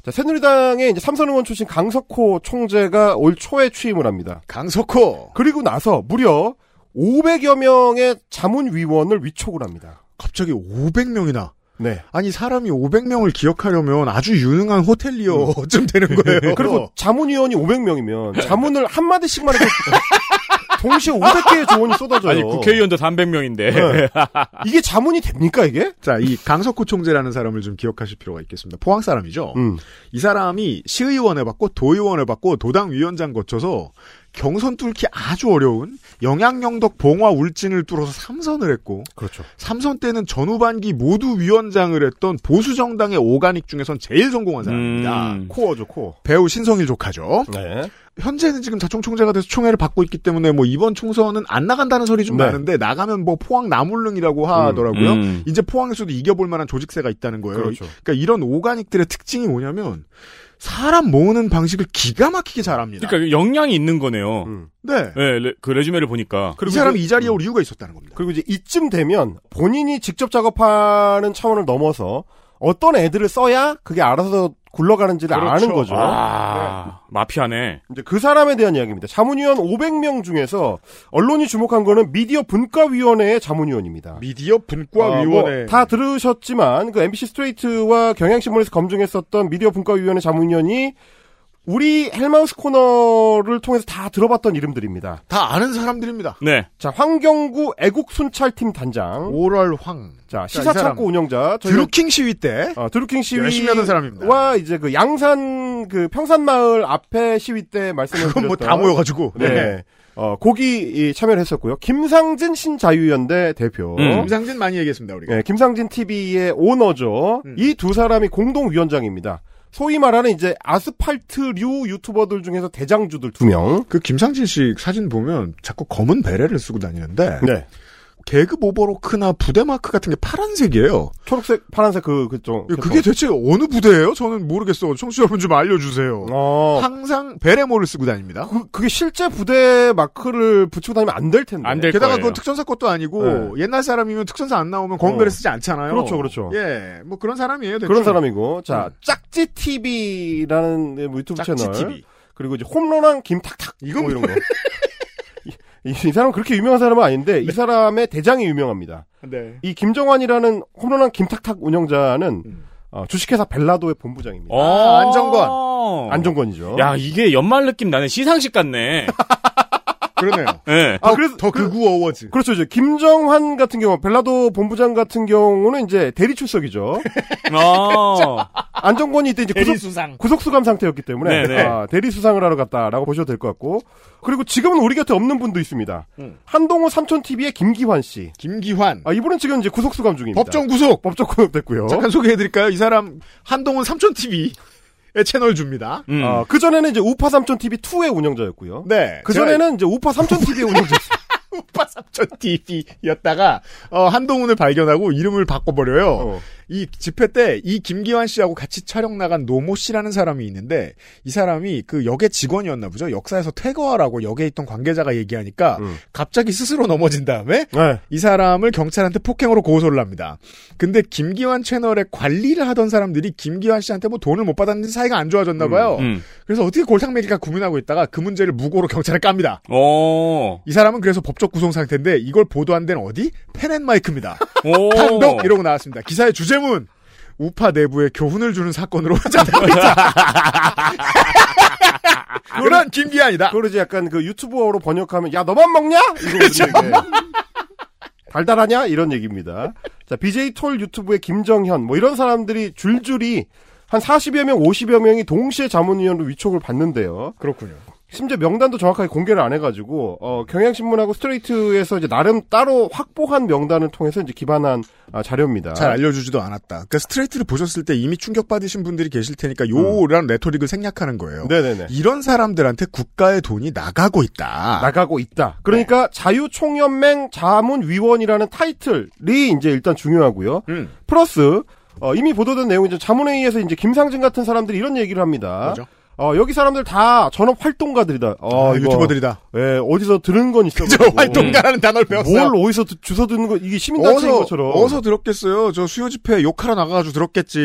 자, 새누리당의 이제 삼선 의원 출신 강석호 총재가 올 초에 취임을 합니다.
강석호
그리고 나서 무려 500여 명의 자문위원을 위촉을 합니다.
갑자기 500명이나
네.
아니 사람이 500명을 기억하려면 아주 유능한 호텔리어쯤 되는 거예요.
그리고 자문위원이 500명이면 자문을 한 마디씩만 해도 동시에 500개의 조언이 쏟아져요.
아니 국회의원도 300명인데
네. 이게 자문이 됩니까 이게?
자, 이 강석호 총재라는 사람을 좀 기억하실 필요가 있겠습니다. 포항 사람이죠.
음.
이 사람이 시의원 해봤고 도의원 해봤고 도당 위원장 거쳐서 경선 뚫기 아주 어려운 영양영덕 봉화 울진을 뚫어서 삼선을 했고
그렇죠.
삼선 때는 전후반기 모두 위원장을 했던 보수 정당의 오가닉 중에선 제일 성공한 사람입니다.
음.
코어죠 코어.
배우 신성일 조카죠.
네.
현재는 지금 자총총재가 돼서 총회를 받고 있기 때문에 뭐 이번 총선은 안 나간다는 소리 좀
네.
나는데 나가면 뭐 포항 나물릉이라고 하더라고요.
음.
이제 포항에서도 이겨볼 만한 조직세가 있다는 거예요.
그렇죠.
그러니까 이런 오가닉들의 특징이 뭐냐면 사람 모으는 방식을 기가 막히게 잘합니다.
그러니까 영향이 있는 거네요.
음.
네.
네, 레, 그 레주메를 보니까
이 사람이 이 자리에 올 이유가 있었다는 겁니다.
그리고 이제 이쯤 되면 본인이 직접 작업하는 차원을 넘어서 어떤 애들을 써야 그게 알아서 굴러가는지를
그렇죠.
아는 거죠.
아, 마피아네.
이제 그 사람에 대한 이야기입니다. 자문위원 500명 중에서 언론이 주목한 거는 미디어 분과위원회의 자문위원입니다.
미디어
아, 뭐다 들으셨지만 그 MBC 스트레이트와 경향신문에서 검증했었던 미디어 분과위원회 자문위원이 우리 헬마우스 코너를 통해서 다 들어봤던 이름들입니다.
다 아는 사람들입니다.
네.
자 황경구 애국순찰팀
어?
단장,
오럴황.
자
이 사람.
시사창고 운영자, 저희가
드루킹 시위 때
어, 드루킹 시위와
열심히 하던 사람입니다.
이제 그 양산 그 평산마을 앞에 시위 때 말씀을
그건 뭐
드렸던
다 모여가지고.
네. 어, 고기 이, 참여를 했었고요. 김상진 신자유연대
어?
대표.
음.
김상진 많이 얘기했습니다 우리가.
네, 김상진 TV의 오너죠.
음.
이 두 사람이 공동 위원장입니다. 소위 말하는 이제 아스팔트류 유튜버들 중에서 대장주들 두 명.
그 김상진 씨 사진 보면 자꾸 검은 베레를 쓰고 다니는데
네.
계급 오버로크나 부대 마크 같은 게 파란색이에요.
초록색, 파란색 그 그쪽.
예, 그게 대체 어느 부대예요? 저는 모르겠어. 청취자 여러분 좀 아. 알려주세요.
어.
항상 베레모를 쓰고 다닙니다.
그, 그게 실제 부대 마크를 붙이고 다니면 안 될 텐데.
안 될-
게다가
거예요.
그건 특전사 것도 아니고 옛날 사람이면 특전사 안 나오면 검은베레
네. 어.
쓰지 않잖아요.
그렇죠, 그렇죠.
예, 뭐 그런 사람이에요. 대충.
그런 사람이고. 자,
음.
짝지 TV라는 네, 뭐 유튜브
짝지
채널.
TV.
그리고 이제 홈런왕 김탁탁 이건
이건
뭐 이런 거. 이, 이 사람은 그렇게 유명한 사람은 아닌데 이 사람의 대장이 유명합니다.
네.
이 김정환이라는 홈런왕 김탁탁 운영자는
음. 아,
어, 주식회사 벨라도의 본부장입니다.
어.
안정권.
안정권이죠.
야, 이게 연말 느낌 나네. 시상식 같네.
그러네요.
네.
아,
더-
그래서-
더
그래-
극우 어워즈.
그렇죠. 이제 김정환 같은 경우 벨라도 본부장 같은 경우는 이제 대리 출석이죠.
어.
안정권이 이때 이제 구속,
대리수상.
구속수감 상태였기 때문에
네네.
아, 대리 수상을 하러 갔다라고 보셔도 될 것 같고 그리고 지금은 우리 곁에 없는 분도 있습니다.
음.
한동호 삼촌 TV의 김기환 씨.
김기환.
아 이분은 지금 이제 구속수감 중입니다.
법정 구속.
법적 구속됐고요.
잠깐 소개해드릴까요? 이 사람 한동훈 삼촌 TV의 채널 줍니다.
음.
아, 그 전에는 이제 우파 삼촌 TV 2의 운영자였고요.
네.
그 전에는 이제 우파 삼촌 TV의 운영자였어요.
오빠 삼촌 TV였다가 어, 한동훈을 발견하고 이름을 바꿔버려요.
어.
이 집회 때 이 김기환 씨하고 같이 촬영 나간 노모 씨라는 사람이 있는데 이 사람이 그 역의 직원이었나 보죠. 역사에서 퇴거하라고 역에 있던 관계자가 얘기하니까
음.
갑자기 스스로 넘어진 다음에
네.
이 사람을 경찰한테 폭행으로 고소를 합니다. 근데 김기환 채널에 관리를 하던 사람들이 김기환 씨한테 뭐 돈을 못 받았는지 사이가 안 좋아졌나 봐요.
음.
그래서 어떻게 골탕 먹일까 고민하고 있다가 그 문제를 무고로 경찰에 깝니다.
어.
이 사람은 그래서 법적 구속 상태인데 이걸 보도한 데는 어디? 펜앤마이크입니다.
오.
판독 이러고 나왔습니다. 기사의 주제문 우파 내부에 교훈을 주는 사건으로 화제되고 있다. 그런 김기한이다.
그걸 이제 약간 그 유튜버로 번역하면 야 너만 먹냐? 이거 그렇죠. 달달하냐? 이런 얘기입니다. 자, BJ 톨 유튜브의 김정현, 뭐 이런 사람들이 줄줄이 한 40여 명, 50여 명이 동시에 자문위원으로 위촉을 받는데요.
그렇군요.
심지어 명단도 정확하게 공개를 안 해가지고, 어, 경향신문하고 스트레이트에서 이제 나름 따로 확보한 명단을 통해서 이제 기반한 아, 자료입니다.
잘 알려주지도 않았다. 그러니까 스트레이트를 보셨을 때 이미 충격받으신 분들이 계실 테니까 요란 레토릭을 생략하는 거예요.
네네네.
이런 사람들한테 국가의 돈이 나가고 있다.
나가고 있다.
네.
그러니까 자유총연맹 자문위원이라는 타이틀이 이제 일단 중요하고요.
음.
플러스 어, 이미 보도된 내용이죠. 자문회의에서 이제 김상진 같은 사람들이 이런 얘기를 합니다.
뭐죠?
어, 여기 사람들 다 전업 활동가들이다. 어,
아,
이거,
유튜버들이다.
예, 어디서 들은 건 있어.
저 활동가라는 단어를 배웠어요.
뭘 어디서 드- 주워 듣는 거 이게 시민단체인
어서
것처럼.
어서 들었겠어요. 저 수요 집회 욕하러 나가가지고 들었겠지.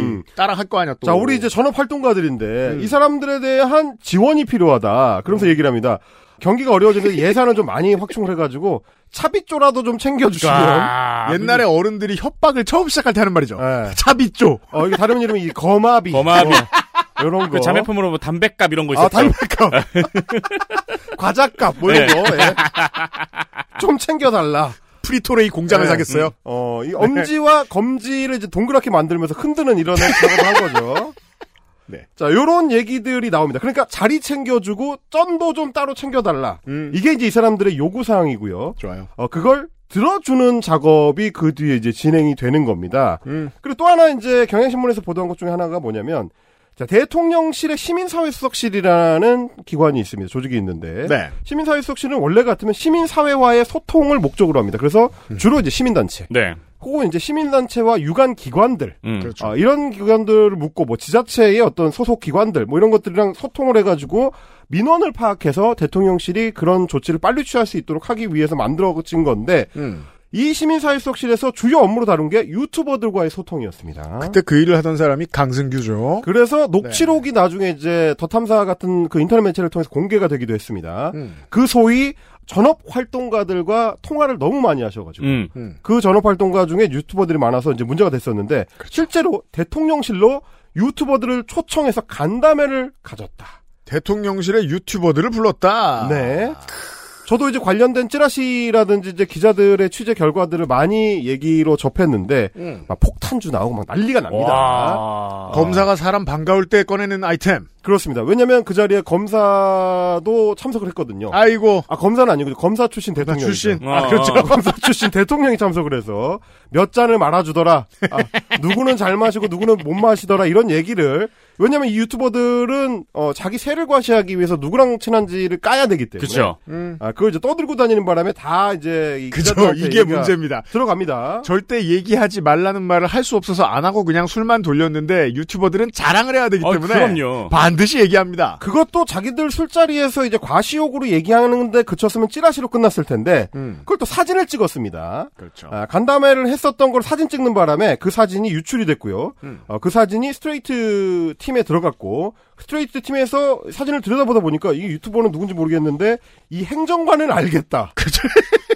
음, 음.
따라 할 거 아니야 또.
자, 우리 이제 전업 활동가들인데
음.
이 사람들에 대한 지원이 필요하다. 그러면서 얘기를 합니다. 경기가 어려워져서 예산을 좀 많이 확충을 해가지고 차비조라도 좀
아.
챙겨주시면.
옛날에
음.
어른들이 협박을 처음 시작할 때 하는 말이죠.
예.
차비조.
어, 이게 다른 이름이 이 거마비.
거마비.
어, 이런 거.
그 자매품으로 뭐 담배값 이런 거 있었죠.
아, 담배값. 과자값, 뭐 이런
네.
거, 예. 좀 챙겨달라.
프리토레이 공장을
네.
사겠어요.
어, 이 엄지와 검지를 이제 동그랗게 만들면서 흔드는 이런 작업을 한 거죠.
네.
자, 요런 얘기들이 나옵니다. 그러니까 자리 챙겨주고, 쩐도 좀 따로 챙겨달라.
음.
이게 이제 이 사람들의 요구사항이고요.
좋아요.
어, 그걸 들어주는 작업이 그 뒤에 이제 진행이 되는 겁니다.
음.
그리고 또 하나 이제 경향신문에서 보도한 것 중에 하나가 뭐냐면, 자, 대통령실의 시민사회수석실이라는 기관이 있습니다. 조직이 있는데.
네.
시민사회수석실은 원래 같으면 시민사회와의 소통을 목적으로 합니다. 그래서
음.
주로 이제 시민단체,
네.
혹은 이제 시민단체와 유관 기관들,
음.
그렇죠.
아, 이런 기관들을 묶고 뭐 지자체의 어떤 소속 기관들 뭐 이런 것들이랑 소통을 해가지고 민원을 파악해서 대통령실이 그런 조치를 빨리 취할 수 있도록 하기 위해서 만들어진 건데
음.
이 시민사회수석실에서 주요 업무로 다룬 게 유튜버들과의 소통이었습니다.
그때 그 일을 하던 사람이 강승규죠.
그래서 녹취록이
네.
나중에 이제 더 탐사 같은 그 인터넷 매체를 통해서 공개가 되기도 했습니다.
음.
그 소위 전업 활동가들과 통화를 너무 많이 하셔가지고
음.
그 전업 활동가 중에 유튜버들이 많아서 이제 문제가 됐었는데
그렇죠.
실제로 대통령실로 유튜버들을 초청해서 간담회를 가졌다.
대통령실에 유튜버들을
아.
불렀다.
네. 저도 이제 관련된 찌라시라든지 이제 기자들의 취재 결과들을 많이 얘기로 접했는데
음.
막 폭탄주 나오고 막 난리가 납니다.
와.
아. 검사가 사람 반가울 때 꺼내는 아이템.
그렇습니다. 왜냐면 그 자리에 검사도 참석을 했거든요. 아,
아이고.
검사는 아니고 검사 출신
나
대통령
출신.
어,
아, 그렇죠.
어.
검사 출신 대통령이 참석을 해서 몇 잔을 말아주더라. 아, 누구는 잘 마시고 누구는 못 마시더라 이런 얘기를 왜냐면 이 유튜버들은 어, 자기 세를 과시하기 위해서 누구랑 친한지를 까야 되기 때문에
그렇죠.
음.
아 그걸 이제 떠들고 다니는 바람에 다 이제 이
그죠.
기자들한테
이게
얘기가
문제입니다.
들어갑니다.
절대 얘기하지 말라는 말을 할 수 없어서 안 하고 그냥 술만 돌렸는데 유튜버들은 자랑을 해야 되기
어,
때문에
그럼요.
반드시 얘기합니다.
그것도 자기들 술자리에서 이제 과시욕으로 얘기하는데 그쳤으면 찌라시로 끝났을 텐데
음.
그걸 또 사진을 찍었습니다.
그렇죠.
아, 간담회를 했었던 걸 사진 찍는 바람에 그 사진이 유출이 됐고요.
음.
어, 그 사진이 스트레이트 팀에 들어갔고 스트레이트 팀에서 사진을 들여다보다 보니까 이 유튜버는 누군지 모르겠는데 이 행정관은 알겠다.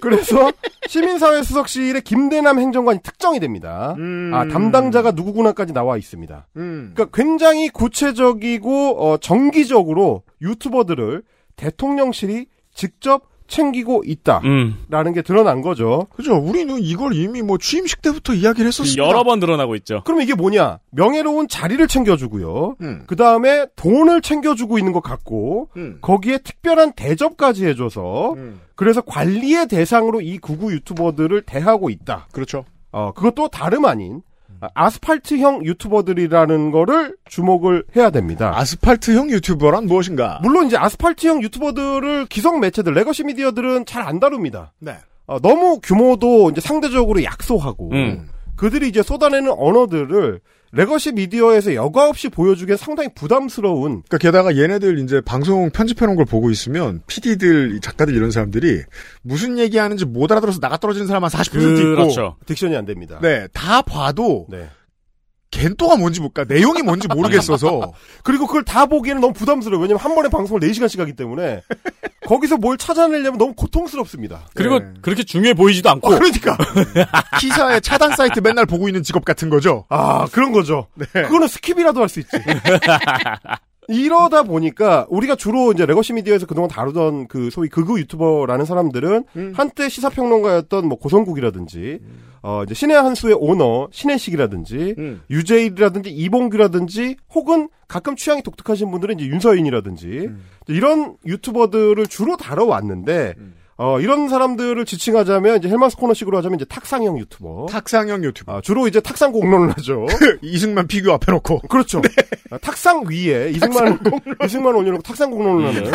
그래서 시민사회수석실의 김대남 행정관이 특정이 됩니다.
음.
아, 담당자가 누구구나까지 나와 있습니다.
음.
그러니까 굉장히 구체적이고 어, 정기적으로 유튜버들을 대통령실이 직접 챙기고 있다라는
음.
게 드러난 거죠.
그죠. 우리는 이걸 이미 뭐 취임식 때부터 이야기를 했었습니다.
여러 번 드러나고 있죠.
그럼 이게 뭐냐? 명예로운 자리를 챙겨주고요.
음.
그 다음에 돈을 챙겨주고 있는 것 같고,
음.
거기에 특별한 대접까지 해줘서,
음.
그래서 관리의 대상으로 이 구구 유튜버들을 대하고 있다.
그렇죠.
어, 그것도 다름 아닌, 아, 아스팔트형 유튜버들이라는 거를 주목을 해야 됩니다.
아스팔트형 유튜버란 무엇인가?
물론 이제 아스팔트형 유튜버들을 기성 매체들, 레거시 미디어들은 잘 안 다룹니다.
네.
어, 너무 규모도 이제 상대적으로 약소하고,
음.
그들이 이제 쏟아내는 언어들을 레거시 미디어에서 여과 없이 보여주기엔 상당히 부담스러운
그러니까 게다가 얘네들 이제 방송 편집해 놓은 걸 보고 있으면 PD들, 작가들 이런 사람들이 무슨 얘기하는지 못 알아들어서 나가 떨어지는 사람 한 40% 있고
그렇죠.
딕션이 안 됩니다.
네, 다 봐도
네.
겐또가 뭔지 못 가. 내용이 뭔지 모르겠어서
그리고 그걸 다 보기에는 너무 부담스러워요. 왜냐면 한 번에 방송을 4시간씩 하기 때문에 거기서 뭘 찾아내려면 너무 고통스럽습니다.
그리고
네.
그렇게 중요해 보이지도 않고.
그러니까.
기사에 차단 사이트 맨날 어? 보고 있는 직업 같은 거죠.
아, 그런 거죠. 그거는 스킵이라도 할 수 있지. 이러다 보니까 우리가 주로 이제 레거시 미디어에서 그동안 다루던 그 소위 극우 유튜버라는 사람들은 한때 시사평론가였던 뭐 고성국이라든지 어 이제 신의 한 수의 오너 신혜식이라든지
음.
유재일이라든지 이봉규라든지 혹은 가끔 취향이 독특하신 분들은 이제 윤서인이라든지 이런 유튜버들을 주로 다뤄왔는데 어 이런 사람들을 지칭하자면 이제 헬마스 코너식으로 하자면 이제 탁상형 유튜버.
탁상형 유튜브.
아, 주로 이제 탁상 공론을 하죠.
이승만 피규어 앞에 놓고.
그렇죠. 아, 탁상 위에 이승만 이승만 올려놓고 탁상 공론을 하는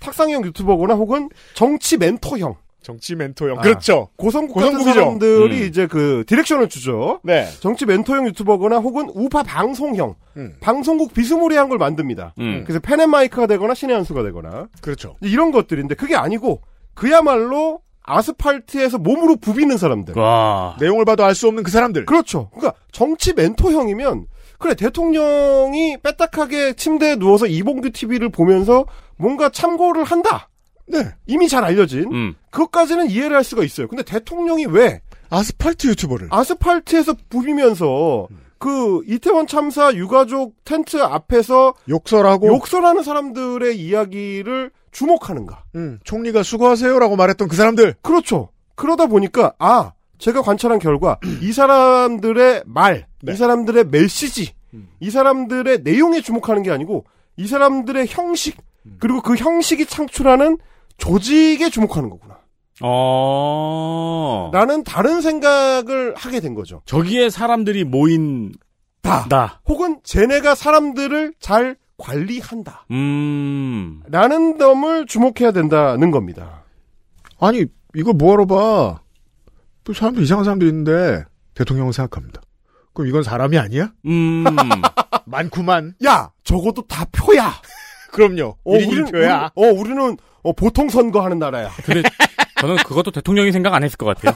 탁상형 유튜버거나 혹은 정치 멘토형
정치 멘토형.
아.
그렇죠.
고성국 같은
고성국이죠.
사람들이
음.
이제 그 디렉션을 주죠.
네.
정치 멘토형 유튜버거나 혹은 우파 방송형
음.
방송국 비스무리한 걸 만듭니다.
음.
그래서 펜앤마이크가 되거나 신의 한 수가 되거나
그렇죠.
이런 것들인데 그게 아니고 그야말로 아스팔트에서 몸으로 부비는 사람들.
와.
내용을 봐도 알 수 없는 그 사람들.
그렇죠. 그러니까 정치 멘토형이면 그래 대통령이 빼딱하게 침대에 누워서 이봉규 TV를 보면서 뭔가 참고를 한다.
네.
이미 잘 알려진
음.
그것까지는 이해를 할 수가 있어요. 근데 대통령이 왜
아스팔트 유튜버를.
아스팔트에서 부비면서 그 이태원 참사 유가족 텐트 앞에서
욕설하고.
욕설하는 사람들의 이야기를 주목하는가?
음, 총리가 수고하세요라고 말했던 그 사람들.
그렇죠. 그러다 보니까 아 제가 관찰한 결과 이 사람들의 말,
네.
이 사람들의 메시지, 이 사람들의 내용에 주목하는 게 아니고 이 사람들의 형식 그리고 그 형식이 창출하는 조직에 주목하는 거구나.
어.
라는 다른 생각을 하게 된 거죠.
저기에 사람들이 모인
다.
나.
혹은 쟤네가 사람들을 잘 관리한다.
음.
라는 점을 주목해야 된다는 겁니다.
아니, 이걸 뭐하러 봐. 또 사람들, 이상한 사람들 있는데, 대통령은 생각합니다. 그럼 이건 사람이 아니야?
음.
많구만.
야, 적어도 다 표야.
그럼요.
어,
일인이
우리는,
표야.
우리, 어, 우리는 어, 보통 선거하는 나라야.
그래. 저는 그것도 대통령이 생각 안 했을 것 같아요.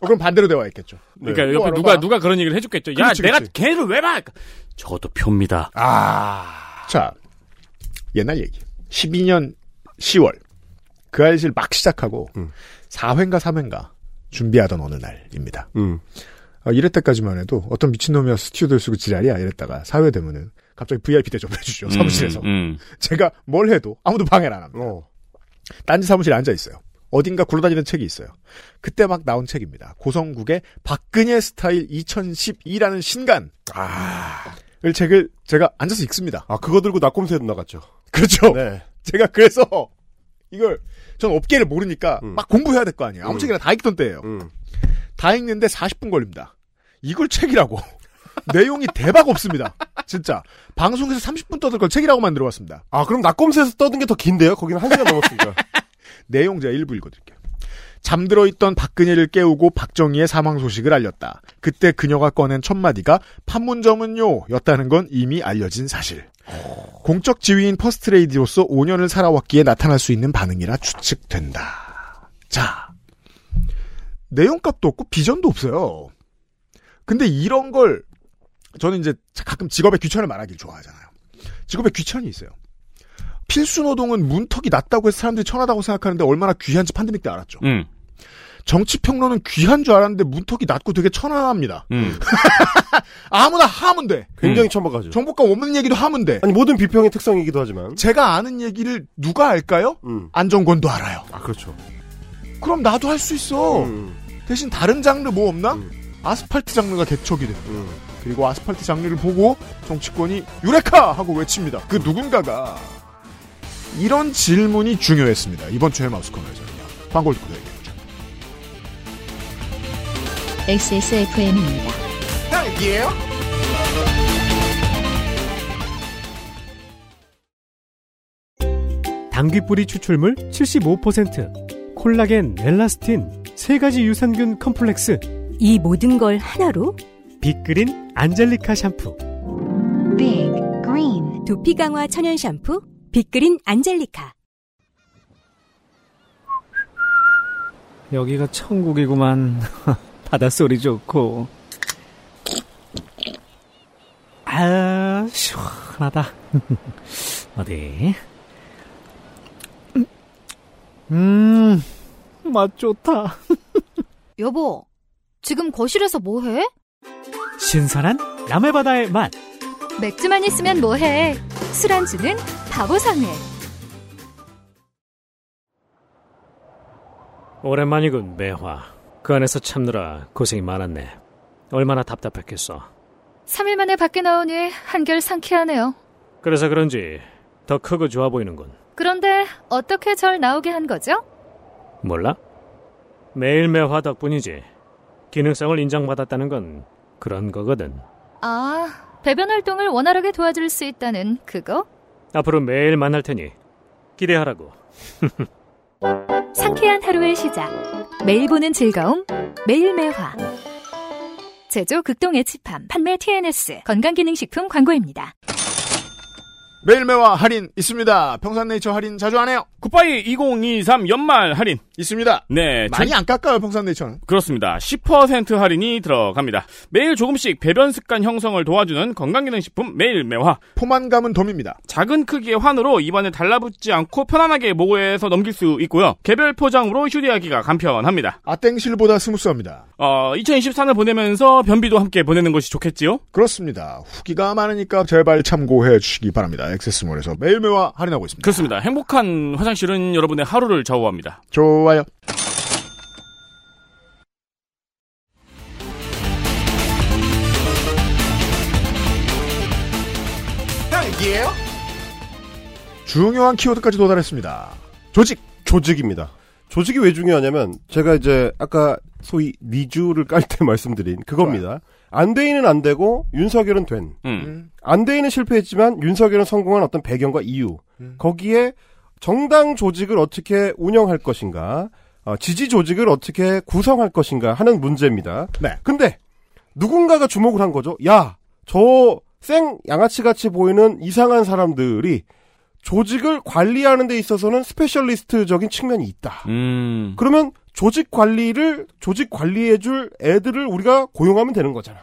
어, 그럼 반대로 되어 있겠죠.
그러니까
네.
옆에
뭐하러
누가
봐.
누가 그런 얘기를 해줬겠죠. 야,
그렇지,
내가
그렇지.
걔를 왜 봐? 저것도 표입니다.
자, 옛날 얘기. 12년 10월. 그 알실 막 시작하고,
음.
4회인가 3회인가 준비하던 어느 날입니다.
음.
아, 이럴 때까지만 해도 어떤 미친놈이야 스튜디오 쓰고 지랄이야 이랬다가 4회 되면은 갑자기 VIP 대접해 주죠. 사무실에서.
음,
제가 뭘 해도 아무도 방해를 안 합니다.
어.
딴지 사무실에 앉아 있어요. 어딘가 굴러다니는 책이 있어요. 그때 막 나온 책입니다. 고성국의 박근혜 스타일 2012라는 신간을 책을 제가 앉아서 읽습니다.
아, 그거 들고 낙곰새도 나갔죠.
그렇죠.
네.
제가 그래서 이걸 전 업계를 모르니까
음.
막 공부해야 될 거 아니에요. 아무
음.
책이나 다 읽던 때예요.
음.
다 읽는데 40분 걸립니다. 이걸 책이라고. 내용이 대박 없습니다. 진짜. 방송에서 30분 떠들 걸 책이라고 만들어 왔습니다.
아, 그럼 낙곰새에서 떠든 게 더 긴데요? 거기는 한 시간 넘었으니까.
내용 제가 일부 읽어드릴게요. 잠들어 있던 박근혜를 깨우고 박정희의 사망 소식을 알렸다. 그때 그녀가 꺼낸 첫 마디가 판문점은요 였다는 건 이미 알려진 사실. 공적 지위인 퍼스트레이디로서 5년을 살아왔기에 나타날 수 있는 반응이라 추측된다. 자, 내용값도 없고 비전도 없어요. 근데 이런 걸 저는 이제 가끔 직업의 귀천을 말하길 좋아하잖아요. 직업의 귀천이 있어요. 필수 노동은 문턱이 낮다고 해서 사람들이 천하다고 생각하는데 얼마나 귀한지 팬데믹 때 알았죠.
음,
정치 평론은 귀한 줄 알았는데 문턱이 낮고 되게 천하합니다.
음.
아무나 하면 돼.
굉장히 천박하죠.
정보감 없는 얘기도 하면 돼.
음. 아니, 모든 비평의 특성이기도 하지만.
제가 아는 얘기를 누가 알까요?
음.
안정권도 알아요.
아, 그렇죠.
그럼 나도 할 수 있어.
음.
대신 다른 장르 뭐 없나?
음.
아스팔트 장르가 개척이 됩니다.
음.
그리고 아스팔트 장르를 보고 정치권이 유레카 하고 외칩니다. 그 누군가가 이런 질문이 중요했습니다. 이번 주에 마우스 코너에서는요. 광고 듣고 얘기해 보죠.
XSFM입니다.
네,
당귀뿌리 추출물 75%, 콜라겐, 엘라스틴, 세 가지 유산균 컴플렉스,
이 모든 걸 하나로
빅그린 안젤리카 샴푸.
Big Green
두피 강화 천연 샴푸 빅그린 안젤리카.
여기가 천국이구만. 바닷소리 좋고. 아, 시원하다. 어디? 음, 맛 좋다.
여보, 지금 거실에서 뭐해?
신선한 남해바다의 맛.
맥주만 있으면 뭐해? 술안주는 바보상회.
오랜만이군, 매화. 그 안에서 참느라 고생이 많았네. 얼마나 답답했겠어.
3일 만에 밖에 나오니 한결 상쾌하네요.
그래서 그런지 더 크고 좋아 보이는군.
그런데 어떻게 절 나오게 한 거죠?
몰라? 매일 매화 덕분이지. 기능성을 인정받았다는 건 그런 거거든.
아, 배변 활동을 원활하게 도와줄 수 있다는 그거?
앞으로 매일 만날 테니 기대하라고.
상쾌한 하루의 시작. 매일 보는 즐거움. 매일 매화. 제조 극동 애치팜 판매 TNS 건강기능식품 광고입니다.
매일매와 할인 있습니다. 평산네이처 할인 자주 하네요.
굿바이 2023 연말 할인
있습니다.
네,
많이
전-
안 깎아요 평산네이처는.
그렇습니다. 10% 할인이 들어갑니다. 매일 조금씩 배변 습관 형성을 도와주는 건강기능식품 매일 매화.
포만감은 돔입니다.
작은 크기의 환으로 입안에 달라붙지 않고 편안하게 목에서 넘길 수 있고요. 개별 포장으로 휴대하기가 간편합니다.
아땡실보다 스무스합니다.
어, 2024년 보내면서 변비도 함께 보내는 것이 좋겠지요?
그렇습니다. 후기가 많으니까 제발 참고해 주시기 바랍니다. 액세스몰에서 매일매와 할인하고 있습니다.
그렇습니다. 행복한 화장실은 여러분의 하루를 좌우합니다.
그, 좋아요. 딸기예요? 중요한 키워드까지 도달했습니다. 조직.
조직입니다. 조직이 왜 중요하냐면 제가 이제 아까 소위 니주를 깔 때 말씀드린 그겁니다. 안대인은 안 되고 윤석열은 된.
음.
안대인은 실패했지만 윤석열은 성공한 어떤 배경과 이유. 거기에 정당 조직을 어떻게 운영할 것인가, 어, 지지 조직을 어떻게 구성할 것인가 하는 문제입니다.
네.
근데 누군가가 주목을 한 거죠. 야, 저 생 양아치같이 보이는 이상한 사람들이 조직을 관리하는 데 있어서는 스페셜리스트적인 측면이 있다.
음.
그러면 조직 관리를 조직 관리해줄 애들을 우리가 고용하면 되는 거잖아.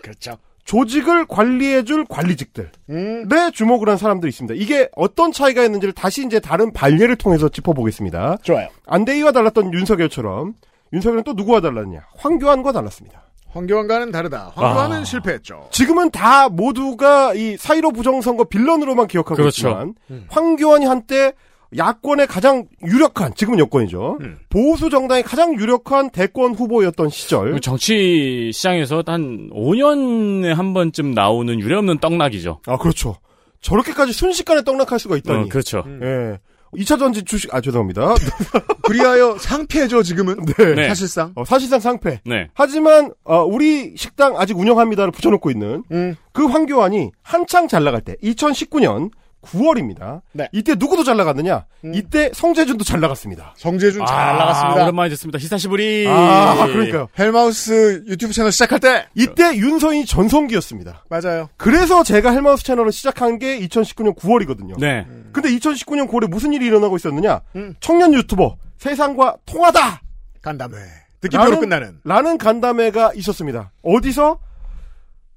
그렇죠.
조직을 관리해줄 관리직들.
음.
내 주목을 한 사람들이 있습니다. 이게 어떤 차이가 있는지를 다시 이제 다른 반례를 통해서 짚어보겠습니다.
좋아요.
안대희와 달랐던 윤석열처럼 윤석열은 또 누구와 달랐냐? 황교안과 달랐습니다.
황교안과는 다르다. 황교안은
아.
실패했죠.
지금은 다 모두가 이 사이로 부정선거 빌런으로만 기억하고
그렇죠.
있지만 황교안이 한때 야권의 가장 유력한 지금은 여권이죠.
음.
보수 정당의 가장 유력한 대권 후보였던
그렇죠.
시절.
그 정치 시장에서 한 5년에 한 번쯤 나오는 유례없는 떡락이죠.
아 그렇죠. 저렇게까지 순식간에 떡락할 수가 있다니.
어, 그렇죠.
예. 2차 전지 주식 아 죄송합니다.
그리하여 상패죠 지금은.
네.
네.
사실상.
어, 사실상 상패.
네.
하지만 어, 우리 식당 아직 운영합니다를 붙여놓고 있는
음.
그 황교안이 한창 잘 나갈 때 2019년 9월입니다.
네. 음.
이때 누구도 잘 나갔느냐? 이때 성재준도 잘 나갔습니다.
성재준 잘
아,
나갔습니다.
오랜만에 듣습니다. 히사시부리.
아 그러니까요.
헬마우스 유튜브 채널 시작할 때
이때 윤서인이 전성기였습니다.
맞아요.
그래서 제가 헬마우스 채널을 시작한 게 2019년 9월이거든요.
네.
근데 2019년 9월에 무슨 일이 일어나고 있었느냐?
음.
청년 유튜버 세상과 통하다.
간담회. 느낌표로
라는-
끝나는.
라는 간담회가 있었습니다. 어디서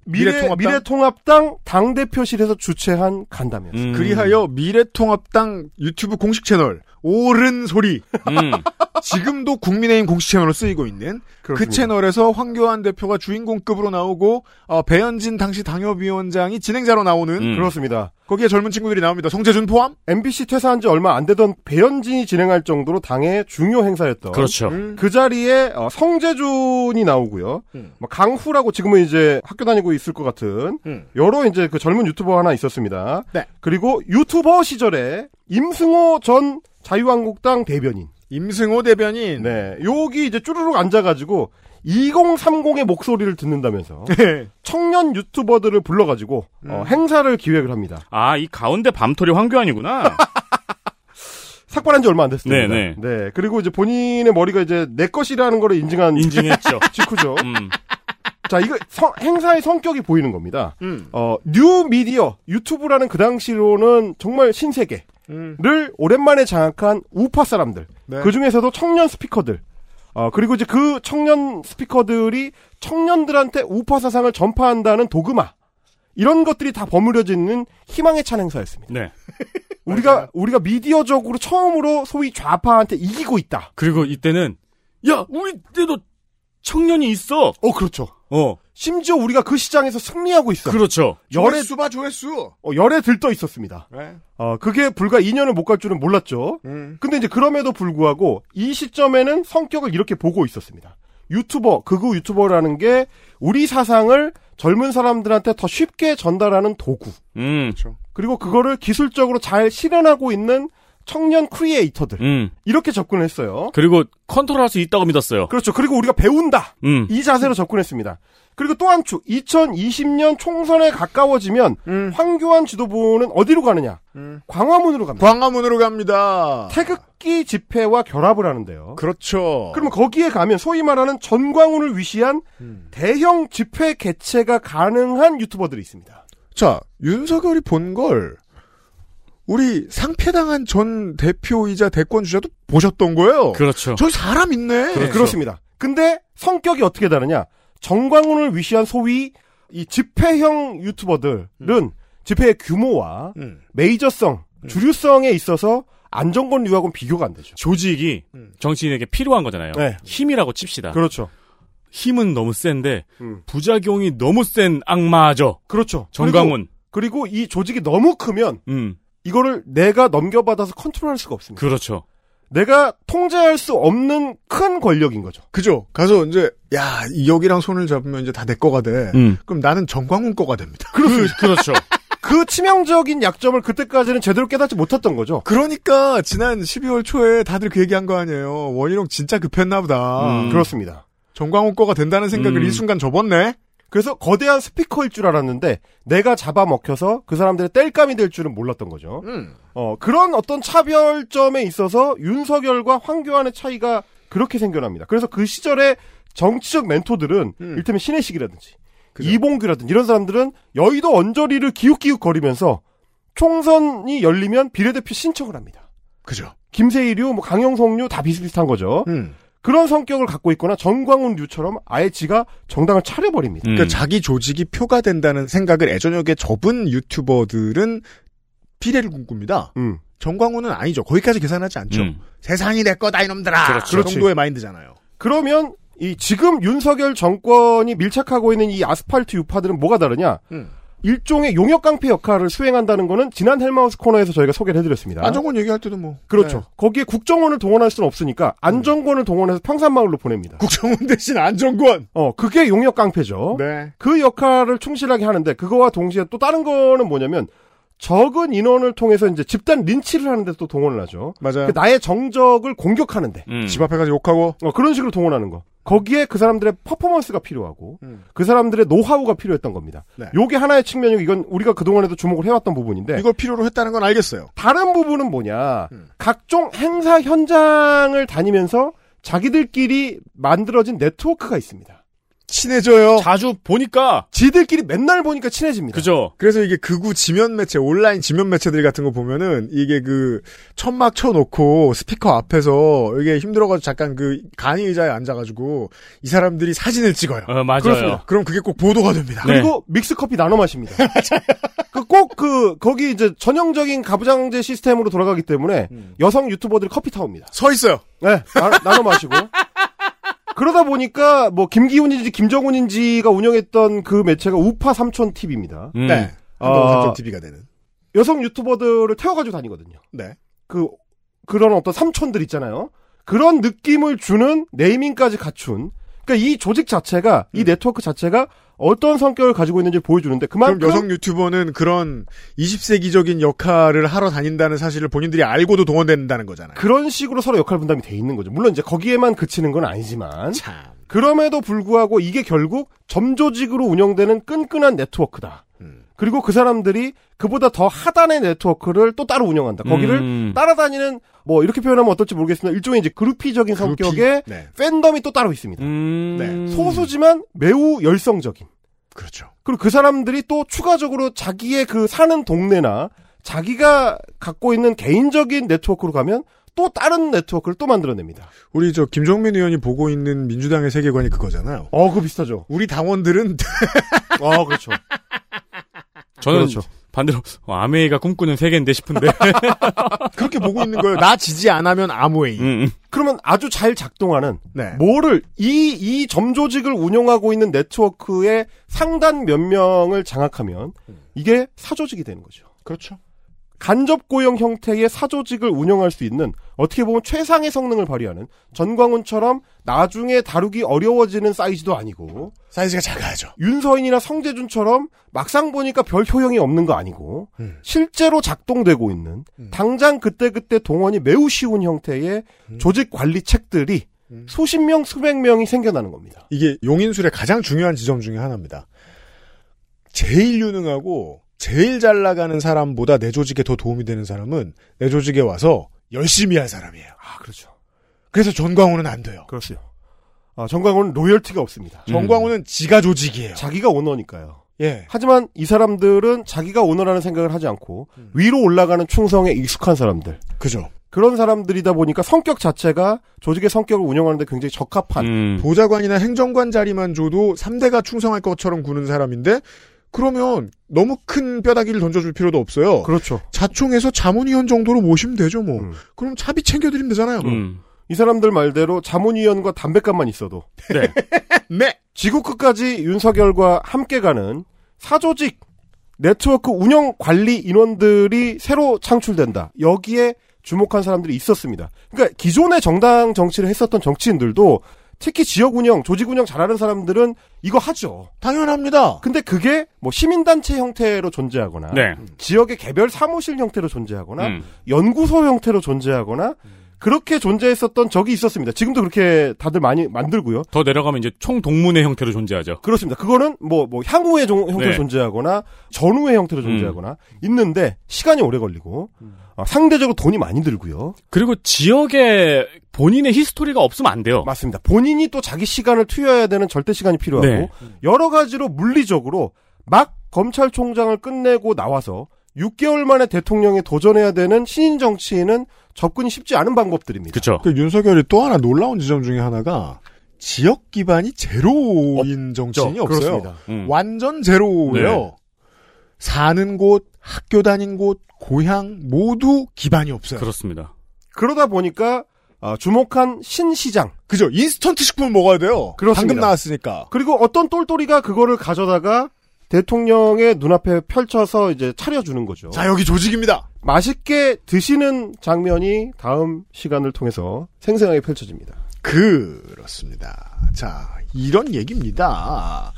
미래,
미래통합당?
미래통합당 당대표실에서 주최한 간담회였습니다.
음.
그리하여 미래통합당 유튜브 공식 채널 옳은 소리
음.
지금도 국민의힘 공식 채널로 쓰이고 있는 그
그렇습니다.
채널에서 황교안 대표가 주인공급으로 나오고 어, 배현진 당시 당협위원장이 진행자로 나오는
음.
그렇습니다.
거기에 젊은 친구들이 나옵니다. 성재준 포함.
MBC 퇴사한 지 얼마 안 되던 배현진이 진행할 정도로 당의 중요 행사였던
그렇죠.
음.
그 자리에 어, 성재준이 나오고요.
음.
뭐 강후라고 지금은 이제 학교 다니고 있을 것 같은
음.
여러 이제 그 젊은 유튜버 하나 있었습니다.
네.
그리고 유튜버 시절에 임승호 전 자유한국당 대변인.
임승호 대변인.
네. 여기 이제 쭈르륵 앉아가지고 2030의 목소리를 듣는다면서 청년 유튜버들을 불러가지고 어, 행사를 기획을 합니다.
아, 이 가운데 밤토리 황교안이구나.
삭발한 지 얼마 안 됐습니다.
네네.
네. 그리고 이제 본인의 머리가 이제 내 것이라는 걸 인증한
인증했죠.
직후죠.
음.
자, 이거 성- 행사의 성격이 보이는 겁니다.
음.
어, 뉴 미디어, 유튜브라는 그 당시로는 정말 신세계를
음.
오랜만에 장악한 우파 사람들.
네.
그 중에서도 청년 스피커들. 어, 그리고 이제 그 청년 스피커들이 청년들한테 우파 사상을 전파한다는 도그마. 이런 것들이 다 버무려지는 희망에 찬 행사였습니다.
네.
우리가, 우리가 미디어적으로 처음으로 소위 좌파한테 이기고 있다.
그리고 이때는 야, 우리 때도 청년이 있어.
어, 그렇죠.
어.
심지어 우리가 그 시장에서 승리하고 있어.
그렇죠.
열에
조회수 봐, 조회수! 네.
어, 열에 들떠 있었습니다. 어, 그게 불과 2년을 못 갈 줄은 몰랐죠.
음.
근데 이제 그럼에도 불구하고 이 시점에는 성격을 이렇게 보고 있었습니다. 유튜버, 극우 유튜버라는 게 우리 사상을 젊은 사람들한테 더 쉽게 전달하는 도구.
음.
그리고 그거를 기술적으로 잘 실현하고 있는 청년 크리에이터들.
음.
이렇게 접근했어요.
그리고 컨트롤할 수 있다고 믿었어요.
그렇죠. 그리고 우리가 배운다.
음.
이 자세로 접근했습니다. 그리고 또 한 축, 2020년 총선에 가까워지면
음.
황교안 지도부는 어디로 가느냐? 광화문으로 갑니다.
광화문으로 갑니다.
아. 태극기 집회와 결합을 하는데요.
그렇죠.
그러면 거기에 가면 소위 말하는 전광훈을 위시한
음.
대형 집회 개최가 가능한 유튜버들이 있습니다.
자, 윤석열이 본 걸, 우리 상패당한 전 대표이자 대권 주자도 보셨던 거예요.
그렇죠.
저 사람 있네.
그렇습니다 근데 성격이 어떻게 다르냐? 정광훈을 위시한 소위 이 집회형 유튜버들은 집회의 규모와
음.
메이저성,
네.
주류성에 있어서 안정권 류하고는 비교가 안 되죠.
조직이 정치인에게 필요한 거잖아요.
음. 네.
힘이라고 칩시다.
그렇죠. 음.
힘은 너무 센데 부작용이 너무 센 악마죠.
그렇죠.
정광훈.
그리고, 그리고 이 조직이 너무 크면
음.
이거를 내가 넘겨받아서 컨트롤할 수가 없습니다.
그렇죠.
내가 통제할 수 없는 큰 권력인 거죠.
그죠. 가서 이제, 야, 이 여기랑 손을 잡으면 이제 다 내 거가 돼.
음.
그럼 나는 정광훈 거가 됩니다.
그, 렇죠
그 치명적인 약점을 그때까지는 제대로 깨닫지 못했던 거죠.
그러니까, 지난 12월 초에 다들 그 얘기한 거 아니에요. 원희룡 진짜 급했나 보다.
음. 그렇습니다.
정광훈 거가 된다는 생각을
음.
이 순간 접었네?
그래서 거대한 스피커일 줄 알았는데 내가 잡아먹혀서 그 사람들의 뗄감이 될 줄은 몰랐던 거죠. 어, 그런 어떤 차별점에 있어서 윤석열과 황교안의 차이가 그렇게 생겨납니다. 그래서 그 시절에 정치적 멘토들은 일테면 신혜식이라든지 이봉규라든지 이런 사람들은 여의도 언저리를 기웃기웃 거리면서 총선이 열리면 비례대표 신청을 합니다.
그죠. 음.
김세희류, 뭐 강영석류 다 비슷비슷한 거죠. 그런 성격을 갖고 있거나 정광훈류처럼 아예 지가 정당을 차려버립니다.
음.
그러니까 자기 조직이 표가 된다는 생각을 애저녁에 접은 유튜버들은 비례를 꿈꿉니다.
음.
정광훈은 아니죠. 거기까지 계산하지 않죠.
음.
세상이 내 거다 이놈들아.
그렇죠.
그 정도의 마인드잖아요.
그러면 이 지금 윤석열 정권이 밀착하고 있는 이 아스팔트 유파들은 뭐가 다르냐?
음.
일종의 용역 깡패 역할을 수행한다는 거는 지난 헬마우스 코너에서 저희가 소개를 해드렸습니다.
안정권 얘기할 때도 뭐
그렇죠.
네.
거기에 국정원을 동원할 수는 없으니까 안정권을 동원해서 평산마을로 보냅니다.
국정원 대신 안정권.
어, 그게 용역 깡패죠.
네.
그 역할을 충실하게 하는데 그거와 동시에 또 다른 거는 뭐냐면 적은 인원을 통해서 이제 집단 린치를 하는데 또 동원을 하죠.
맞아요.
그 나의 정적을 공격하는데
음.
집 앞에 가서 욕하고
어, 그런 식으로 동원하는 거. 거기에 그 사람들의 퍼포먼스가 필요하고
음.
그 사람들의 노하우가 필요했던 겁니다.
네.
요게 하나의 측면이고 이건 우리가 그동안에도 주목을 해왔던 부분인데
이걸 필요로 했다는 건 알겠어요.
다른 부분은 뭐냐.
음.
각종 행사 현장을 다니면서 자기들끼리 만들어진 네트워크가 있습니다.
친해져요.
어. 자주 보니까
지들끼리 맨날 보니까 친해집니다.
그죠.
그래서 이게 극우 지면 매체, 온라인 지면 매체들 같은 거 보면은 이게 그 천막 쳐놓고 스피커 앞에서 이게 힘들어가지고 잠깐 그 간이 의자에 앉아가지고 이 사람들이 사진을 찍어요.
어, 맞아요.
그렇습니다.
그럼 그게 꼭 보도가 됩니다.
그리고 믹스커피 나눠 마십니다. 그꼭 그 거기 이제 전형적인 가부장제 시스템으로 돌아가기 때문에
음.
여성 유튜버들이 커피 타옵니다.
서 있어요.
네, 나, 눠 마시고. 그러다 보니까 뭐 김기훈인지 김정훈인지가 운영했던 그 매체가 우파 삼촌 TV입니다.
음.
네.
아.
한동훈 TV가 되는.
여성 유튜버들을 태워가지고 다니거든요.
네.
그 그런 어떤 삼촌들 있잖아요. 그런 느낌을 주는 네이밍까지 갖춘. 그러니까 이 조직 자체가 이 네트워크 자체가 어떤 성격을 가지고 있는지 보여주는데
음. 그럼
그만큼
여성 유튜버는 그런 20세기적인 역할을 하러 다닌다는 사실을 본인들이 알고도 동원된다는 거잖아요.
그런 식으로 서로 역할 분담이 돼 있는 거죠. 물론 이제 거기에만 그치는 건 아니지만
참.
그럼에도 불구하고 이게 결국 점조직으로 운영되는 끈끈한 네트워크다.
음.
그리고 그 사람들이 그보다 더 하단의 네트워크를 또 따로 운영한다. 거기를
음.
따라다니는 뭐 이렇게 표현하면 어떨지 모르겠으나 일종의 이제 그룹피적인 성격의
네.
팬덤이 또 따로 있습니다.
음.
소수지만 매우 열성적인.
그렇죠.
그리고 그 사람들이 또 추가적으로 자기의 그 사는 동네나 자기가 갖고 있는 개인적인 네트워크로 가면 또 다른 네트워크를 또 만들어냅니다.
우리 저 김종민 의원이 보고 있는 민주당의 세계관이 그거잖아요.
어, 그거 비슷하죠.
우리 당원들은
어, 그렇죠.
저는
그렇죠.
반대로 어, 아메이가 꿈꾸는 세계인데 싶은데
그렇게 보고 있는 거예요. 나 지지 안 하면
음,
아무웨이.
그러면 아주 잘 작동하는
네.
뭐를 이 이 점조직을 운영하고 있는 네트워크의 상단 몇 명을 장악하면 이게 사조직이 되는 거죠.
그렇죠.
간접 고용 형태의 사조직을 운영할 수 있는 어떻게 보면 최상의 성능을 발휘하는 전광훈처럼 나중에 다루기 어려워지는 사이즈도 아니고
사이즈가 작아야죠.
윤서인이나 성재준처럼 막상 보니까 별 효용이 없는 거 아니고 실제로 작동되고 있는 당장 그때그때 동원이 매우 쉬운 형태의 조직 관리 책들이 수십 명, 수백 명이 생겨나는 겁니다.
이게 용인술의 가장 중요한 지점 중에 하나입니다. 제일 유능하고 제일 잘 나가는 사람보다 내 조직에 더 도움이 되는 사람은 내 조직에 와서 열심히 할 사람이에요.
아, 그렇죠.
그래서 전광훈은 안 돼요.
그렇죠. 아, 정광훈은 로열티가 없습니다.
음. 정광훈은 지가 조직이에요.
자기가 오너니까요.
예.
하지만 이 사람들은 자기가 오너라는 생각을 하지 않고 위로 올라가는 충성에 익숙한 사람들.
그죠.
그런 사람들이다 보니까 성격 자체가 조직의 성격을 운영하는데 굉장히
음.
적합한
보좌관이나 행정관 자리만 줘도 3대가 충성할 것처럼 구는 사람인데 그러면 너무 큰 뼈다귀를 던져줄 필요도 없어요.
그렇죠.
자총에서 자문위원 정도로 모시면 되죠, 뭐.
음.
그럼 차비 챙겨드리면
음.
되잖아요.
이 사람들 말대로 자문위원과 담배값만 있어도
네.
지구 끝까지 윤석열과 함께 가는 사조직 네트워크 운영 관리 인원들이 새로 창출된다. 여기에 주목한 사람들이 있었습니다. 그러니까 기존의 정당 정치를 했었던 정치인들도 특히 지역 운영, 조직 운영 잘하는 사람들은 이거 하죠.
당연합니다.
근데 그게 뭐 시민단체 형태로 존재하거나
네.
지역의 개별 사무실 형태로 존재하거나
음.
연구소 형태로 존재하거나 그렇게 존재했었던 적이 있었습니다. 지금도 그렇게 다들 많이 만들고요.
더 내려가면 이제 총 동문의 형태로 존재하죠.
그렇습니다. 그거는 뭐, 뭐, 향후의 종- 형태로
네.
존재하거나, 전후의 형태로 존재하거나, 있는데, 시간이 오래 걸리고, 아, 상대적으로 돈이 많이 들고요.
그리고 지역에 본인의 히스토리가 없으면 안 돼요.
맞습니다. 본인이 또 자기 시간을 투여해야 되는 절대 시간이 필요하고,
네.
여러 가지로 물리적으로, 막 검찰총장을 끝내고 나와서, 6개월 만에 대통령에 도전해야 되는 신인 정치인은 접근이 쉽지 않은 방법들입니다.
그렇죠.
그 윤석열이 또 하나 놀라운 지점 중에 하나가 지역 기반이 제로인 정치인이 없어요.
그렇습니다.
음.
음.
완전 제로예요.
네.
사는 곳, 학교 다닌 곳, 고향 모두 기반이 없어요.
그렇습니다.
그러다 보니까, 아, 주목한 신시장.
그죠. 인스턴트 식품을 먹어야 돼요.
그렇습니다.
방금 나왔으니까.
그리고 어떤 똘똘이가 그거를 가져다가 대통령의 눈앞에 펼쳐서 이제 차려주는 거죠.
자, 여기 조직입니다.
맛있게 드시는 장면이 다음 시간을 통해서 생생하게 펼쳐집니다.
그렇습니다. 자, 이런 얘기입니다.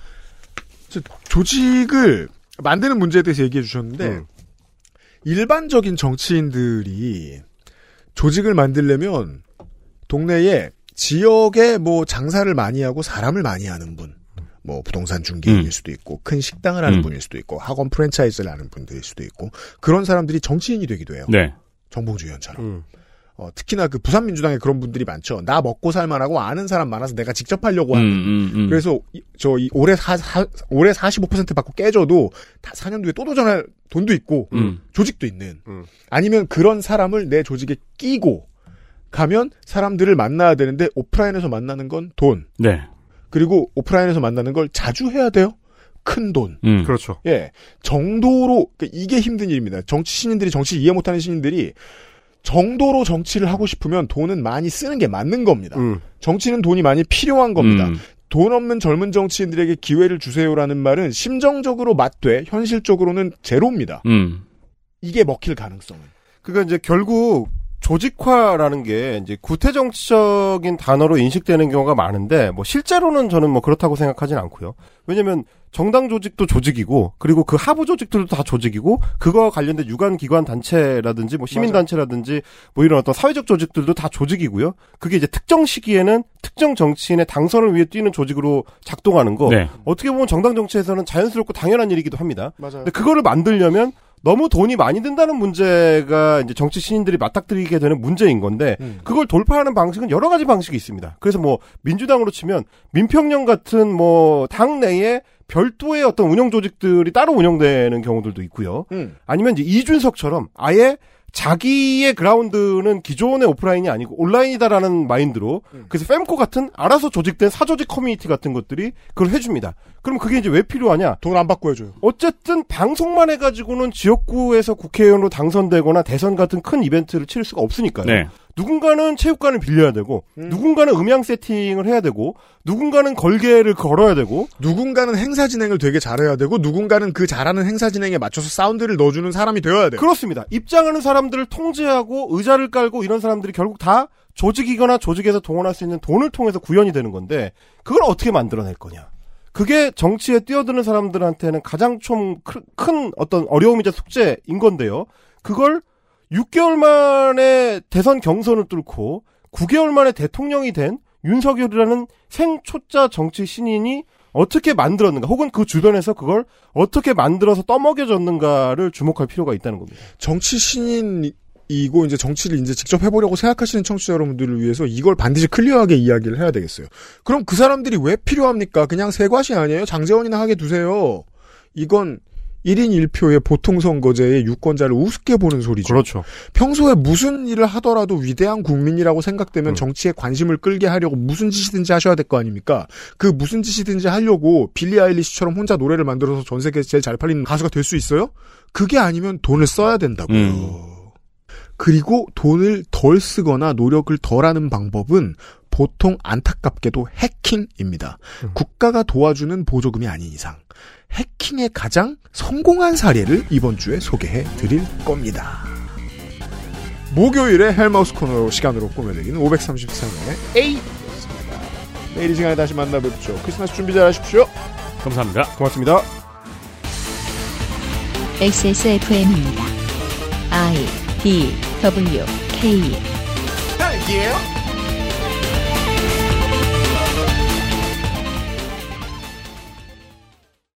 저, 조직을 만드는 문제에 대해서 얘기해 주셨는데, 일반적인 정치인들이 조직을 만들려면 동네에 지역에 뭐 장사를 많이 하고 사람을 많이 하는 분, 뭐 부동산 중개인일 수도 있고 큰 식당을 하는
음.
분일 수도 있고 학원 프랜차이즈를 하는 분들일 수도 있고 그런 사람들이 정치인이 되기도 해요.
네.
정봉주 의원처럼. 어, 특히나 그 부산 민주당에 그런 분들이 많죠. 나 먹고 살만하고 아는 사람 많아서 내가 직접 하려고 하는.
음, 음, 음.
그래서 이- 저이 올해 사, 사, 올해 45% 받고 깨져도 다 4년 뒤에 또 도전할 돈도 있고
음.
조직도 있는. 아니면 그런 사람을 내 조직에 끼고 가면 사람들을 만나야 되는데 오프라인에서 만나는 건 돈.
네.
그리고 오프라인에서 만나는 걸 자주 해야 돼요. 큰 돈.
음.
그렇죠.
예. 정도로, 그러니까 이게 힘든 일입니다. 정치 신인들이, 정치를 이해 못하는 신인들이 정도로 정치를 하고 싶으면 돈은 많이 쓰는 게 맞는 겁니다. 정치는 돈이 많이 필요한 겁니다.
음.
돈 없는 젊은 정치인들에게 기회를 주세요라는 말은 심정적으로 맞되 현실적으로는 제로입니다.
음.
이게 먹힐 가능성은.
그러니까 이제 결국 조직화라는 게 이제 구태 정치적인 단어로 인식되는 경우가 많은데 뭐 실제로는 저는 뭐 그렇다고 생각하진 않고요. 왜냐면 정당 조직도 조직이고 그리고 그 하부 조직들도 다 조직이고 그거와 관련된 유관 기관 단체라든지 뭐 시민 단체라든지 뭐 이런 어떤 사회적 조직들도 다 조직이고요. 그게 이제 특정 시기에는 특정 정치인의 당선을 위해 뛰는 조직으로 작동하는 거
네.
어떻게 보면 정당 정치에서는 자연스럽고 당연한 일이기도 합니다.
음. 맞아요.
근데 그거를 만들려면 너무 돈이 많이 든다는 문제가 이제 정치 신인들이 맞닥뜨리게 되는 문제인 건데 그걸 돌파하는 방식은 여러 가지 방식이 있습니다. 그래서 뭐 민주당으로 치면 민평령 같은 뭐 당내에 별도의 어떤 운영 조직들이 따로 운영되는 경우들도 있고요.
음.
아니면 이제 이준석처럼 아예 자기의 그라운드는 기존의 오프라인이 아니고 온라인이다라는 마인드로
음.
그래서 fem코 같은 알아서 조직된 사조직 커뮤니티 같은 것들이 그걸 해줍니다. 그럼 그게 이제 왜 필요하냐?
돈 안 받고 해줘요.
어쨌든 방송만 해가지고는 지역구에서 국회의원으로 당선되거나 대선 같은 큰 이벤트를 칠 수가 없으니까요.
네.
누군가는 체육관을 빌려야 되고, 누군가는 음향 세팅을 해야 되고, 누군가는 걸개를 걸어야 되고,
누군가는 행사 진행을 되게 잘해야 되고 누군가는 그 잘하는 행사 진행에 맞춰서 사운드를 넣어주는 사람이 되어야 돼요.
그렇습니다. 입장하는 사람들을 통제하고 의자를 깔고 이런 사람들이 결국 다 조직이거나 조직에서 동원할 수 있는 돈을 통해서 구현이 되는 건데 그걸 어떻게 만들어낼 거냐. 그게 정치에 뛰어드는 사람들한테는 가장 좀 큰 어떤 어려움이자 숙제인 건데요. 그걸 6개월 만에 대선 경선을 뚫고 9개월 만에 대통령이 된 윤석열이라는 생초자 정치 신인이 어떻게 만들었는가 혹은 그 주변에서 그걸 어떻게 만들어서 떠먹여졌는가를 주목할 필요가 있다는 겁니다.
정치 신인이고 이제 정치를 이제 직접 해보려고 생각하시는 청취자 여러분들을 위해서 이걸 반드시 클리어하게 이야기를 해야 되겠어요. 그럼 그 사람들이 왜 필요합니까? 그냥 세과시 아니에요? 장재원이나 하게 두세요. 이건 1인 1표의 보통 선거제의 유권자를 우습게 보는 소리죠.
그렇죠.
평소에 무슨 일을 하더라도 위대한 국민이라고
음.
생각되면 정치에 관심을 끌게 하려고 무슨 짓이든지 하셔야 될 거 아닙니까? 그 무슨 짓이든지 하려고 빌리 아일리시처럼 혼자 노래를 만들어서 전 세계에서 제일 잘 팔리는 가수가 될 수 있어요? 그게 아니면 돈을 써야 된다고요.
음.
그리고 돈을 덜 쓰거나 노력을 덜 하는 방법은 보통 안타깝게도 해킹입니다.
음.
국가가 도와주는 보조금이 아닌 이상. 해킹의 가장 성공한 사례를 이번 주에 소개해 드릴 겁니다. 목요일에 헬마우스 코너 시간으로 꾸며드리는 533회 A였습니다. 내일 이 시간에 다시 만나뵙죠. 크리스마스 준비 잘 하십시오.
감사합니다.
고맙습니다.
XSFM입니다. I D W K
딸기예요?